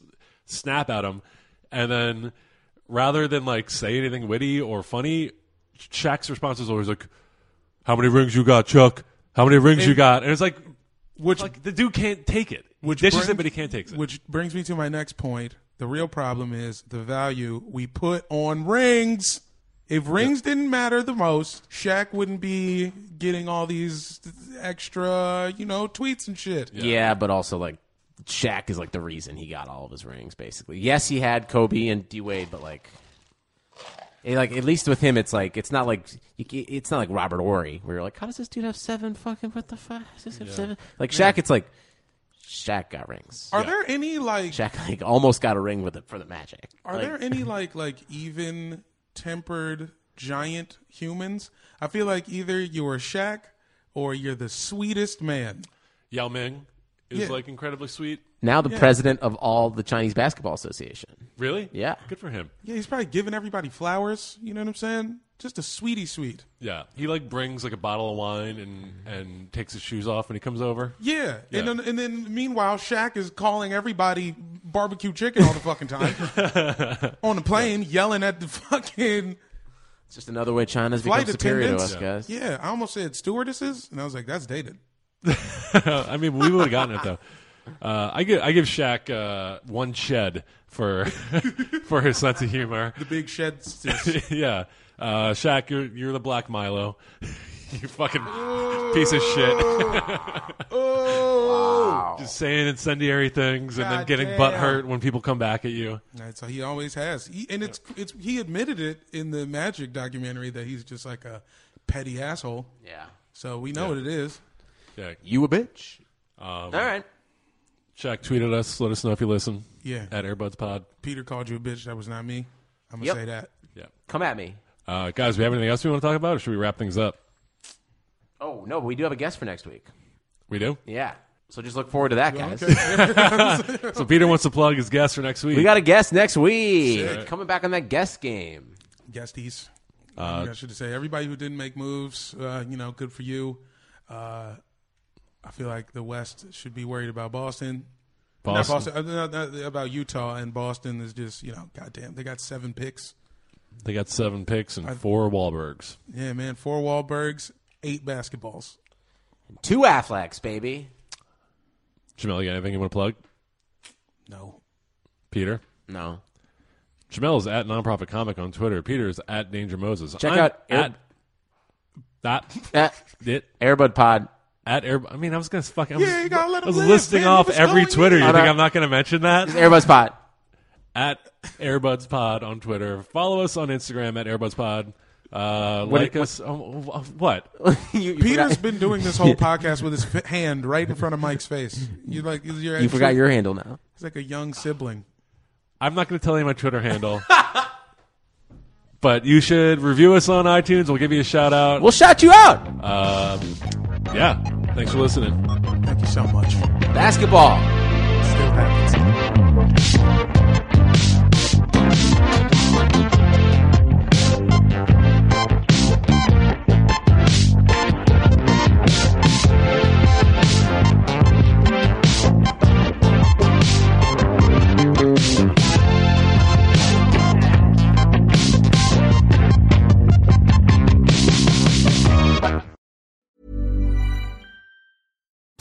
snap at him, and then rather than like say anything witty or funny, Shaq's response is always like, "How many rings you got, Chuck? How many rings you got?" And it's like, Which- like the dude can't take it. Which dishes brings- it, but he can't take it. Which brings me to my next point. The real problem is the value we put on rings. If rings didn't matter the most, Shaq wouldn't be getting all these extra, you know, tweets and shit. Yeah. but also like Shaq is like the reason he got all of his rings, basically. Yes, he had Kobe and D Wade, but like, it, like at least with him, it's like it's not like you, ca- it's not like Robert Ory, where you're like, how does this dude have seven fucking what the fuck? Does this have seven? Like Shaq, it's like Shaq got rings. Are there any like Shaq like almost got a ring with it for the Magic. are Like, there any like like even tempered giant humans? I feel like either you're Shaq or you're the sweetest man. Yao Ming is Yeah. like incredibly sweet. now the president of all the Chinese Basketball Association? Really? Yeah. Good for him. Yeah, he's probably giving everybody flowers, you know what I'm saying? Just a sweetie sweet. Yeah, he like brings like a bottle of wine and and takes his shoes off when he comes over. Mm-hmm. Yeah. And, Yeah. then, and then meanwhile, Shaq is calling everybody barbecue chicken all the fucking time on the plane, yelling at the fucking. It's just another way China's become Flight superior to us, attendants? guys. Yeah, I almost said stewardesses, and I was like, that's dated. I mean, we would have gotten it though. Uh, I give I give Shaq uh, one shed for for his sense of humor. The big shed. sis. yeah, uh, Shaq, you're you're the black Milo. you fucking piece of shit. oh. Just saying incendiary things and then God getting damn. butt hurt when people come back at you. That's how he always has. He, and it's, it's he admitted it in the Magic documentary that he's just like a petty asshole. Yeah. So we know what it is. Yeah, You a bitch. all right. Shaq tweeted us. Let us know if you listen. Yeah. at Airbuds Pod. Peter called you a bitch. That was not me. I'm going Yep. to say that. Yeah, Come at me. uh, guys, we have anything else we want to talk about, or should we wrap things up? Oh no, but we do have a guest for next week. We do. Yeah. So just look forward to that, guys. So Peter wants to plug his guest for next week. We got a guest next week. Coming back on that guest game. guesties. Uh, I should say everybody who didn't make moves. Uh, you know, good for you. Uh, I feel like the West should be worried about Boston. Boston. Not Boston uh, not- not- about Utah and Boston is just you know, goddamn, they got seven picks. They got seven picks and four Wahlbergs. Yeah, man, four Wahlbergs, eight basketballs. Two Afflecks, baby. Jamel, you got anything you want to plug? No, Peter? No. Jamel is at nonprofit comic on Twitter. Peter is at Danger Moses. Check I'm out at Air- that Eh, it Airbud Pod. at air. I mean, I was gonna fuck. I was, Yeah, you gotta let I was him live, listing man. off What's every going Twitter. You on? think I'm not gonna mention that? Airbud's Pod. at Airbuds Pod on Twitter. Follow us on Instagram at Airbuds Pod. Uh, like us. oh, oh, what? you, you Peter's forgot, been doing this whole podcast with his f- hand right in front of Mike's face. You like you're you forgot your handle now. He's like a young sibling. I'm not going to tell you my Twitter handle. but you should review us on iTunes. We'll give you a shout out. Um, We'll shout you out. Yeah. Thanks for listening. Thank you so much. Still Basketball. happens. Planning for your next trip?